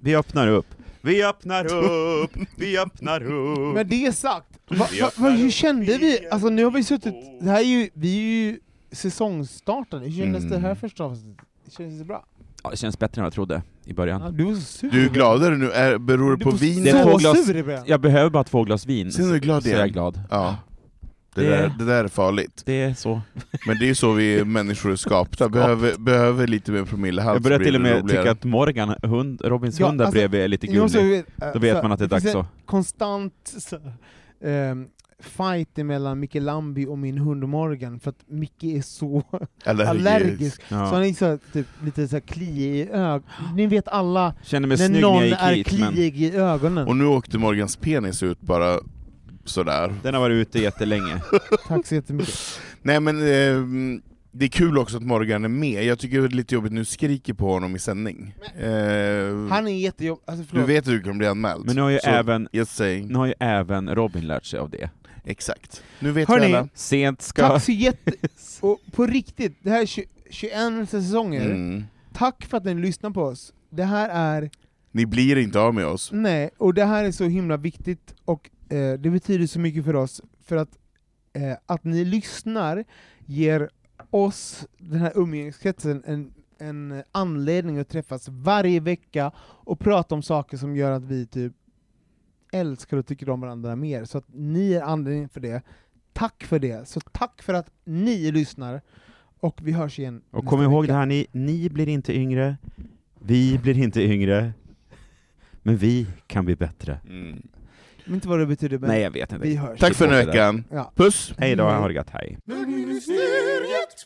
Speaker 5: Vi öppnar upp. Vi öppnar upp, vi öppnar upp.
Speaker 4: Med det sagt, va,
Speaker 3: Mm.
Speaker 5: Vi
Speaker 4: va, va,
Speaker 5: öppnar
Speaker 4: hur
Speaker 5: upp
Speaker 4: kände vi?
Speaker 5: igen.
Speaker 4: Alltså nu har vi suttit, det här är ju, vi är ju säsongstartade, hur kändes
Speaker 3: Mm.
Speaker 4: det här första avsnittet? Kändes det bra?
Speaker 5: Ja, det känns bättre än vad jag trodde i
Speaker 4: Ja,
Speaker 5: början.
Speaker 4: du var så sur.
Speaker 3: Du är gladare nu, är, beror det på
Speaker 4: du
Speaker 3: vinet?
Speaker 5: Det är
Speaker 4: var
Speaker 5: två
Speaker 4: så
Speaker 5: glas-
Speaker 4: sur i början.
Speaker 5: Jag behöver bara två glas vin,
Speaker 3: Sen är du glad
Speaker 5: så jag är
Speaker 3: igen.
Speaker 5: glad.
Speaker 3: Ja. Det,
Speaker 5: Det-
Speaker 3: Där, det där är farligt.
Speaker 5: Det är så.
Speaker 3: Men det är ju så vi människor är skapta, behöver, behöver lite mer promillehalt
Speaker 5: Jag börjar
Speaker 3: så
Speaker 5: till
Speaker 3: blir
Speaker 5: och
Speaker 3: det
Speaker 5: med
Speaker 3: roligare.
Speaker 5: tycka att Morgan, hund, Robins
Speaker 4: Ja,
Speaker 5: hund där
Speaker 4: alltså,
Speaker 5: bredvid är lite
Speaker 4: Nu måste
Speaker 5: gullig.
Speaker 4: vi veta-
Speaker 5: Då
Speaker 4: så
Speaker 5: vet
Speaker 4: här,
Speaker 5: man att det är
Speaker 4: finns
Speaker 5: dags så.
Speaker 4: konstant så, ehm, fight mellan Micke Lambi och min hund Morgan, för att Micke är så allergisk,
Speaker 5: Ja.
Speaker 4: så han är så här, typ, lite så här kliig i ögonen. Ni vet alla,
Speaker 5: Känner mig
Speaker 4: när
Speaker 5: snygg när jag
Speaker 4: någon
Speaker 5: gick
Speaker 4: är
Speaker 5: hit, men
Speaker 4: kliig i ögonen.
Speaker 3: Och nu åkte Morgans penis ut bara sådär.
Speaker 5: den har varit ute jättelänge.
Speaker 4: Tack så jättemycket.
Speaker 3: Nej men eh, det är kul också att Morgan är med, jag tycker det är lite jobbigt nu skriker på honom i sändning. Eh,
Speaker 4: Han är jättejobbig, alltså
Speaker 3: du
Speaker 4: förlåt.
Speaker 3: vet att du kommer bli anmäld.
Speaker 5: Men nu har ju,
Speaker 3: Så,
Speaker 5: även,
Speaker 3: Yes saying.
Speaker 5: nu har ju även Robin lärt sig av det.
Speaker 3: Exakt. Nu vet
Speaker 4: Hörni,
Speaker 3: vi alla.
Speaker 5: Sent ska...
Speaker 4: Tack så jätte... Och på riktigt, det här är 20, 21 säsonger.
Speaker 3: Mm.
Speaker 4: Tack för att ni lyssnar på oss. Det här är...
Speaker 3: Ni blir inte av med
Speaker 5: Alltså.
Speaker 3: oss.
Speaker 4: Nej, och det här är så himla viktigt och eh, det betyder så mycket för oss för att, eh, att ni lyssnar ger oss, den här umgängeskretsen, en, en anledning att träffas varje vecka och prata om saker som gör att vi typ älskar och tycker om varandra mer. Så att ni är anledningen för det. Tack för det. Så tack för att ni lyssnar. Och vi hörs igen
Speaker 5: Och
Speaker 4: nästa
Speaker 5: kom ihåg
Speaker 4: vecka.
Speaker 5: det här, ni, ni blir inte yngre, vi blir inte yngre, men vi kan bli bättre.
Speaker 3: Mm.
Speaker 4: Jag vet inte vad det betyder, men
Speaker 5: Nej, jag vet inte.
Speaker 4: vi hörs.
Speaker 3: Tack för den här veckan.
Speaker 4: Ja.
Speaker 3: Puss!
Speaker 5: Hej då, ha det gött, hej.
Speaker 3: Bögministeriet,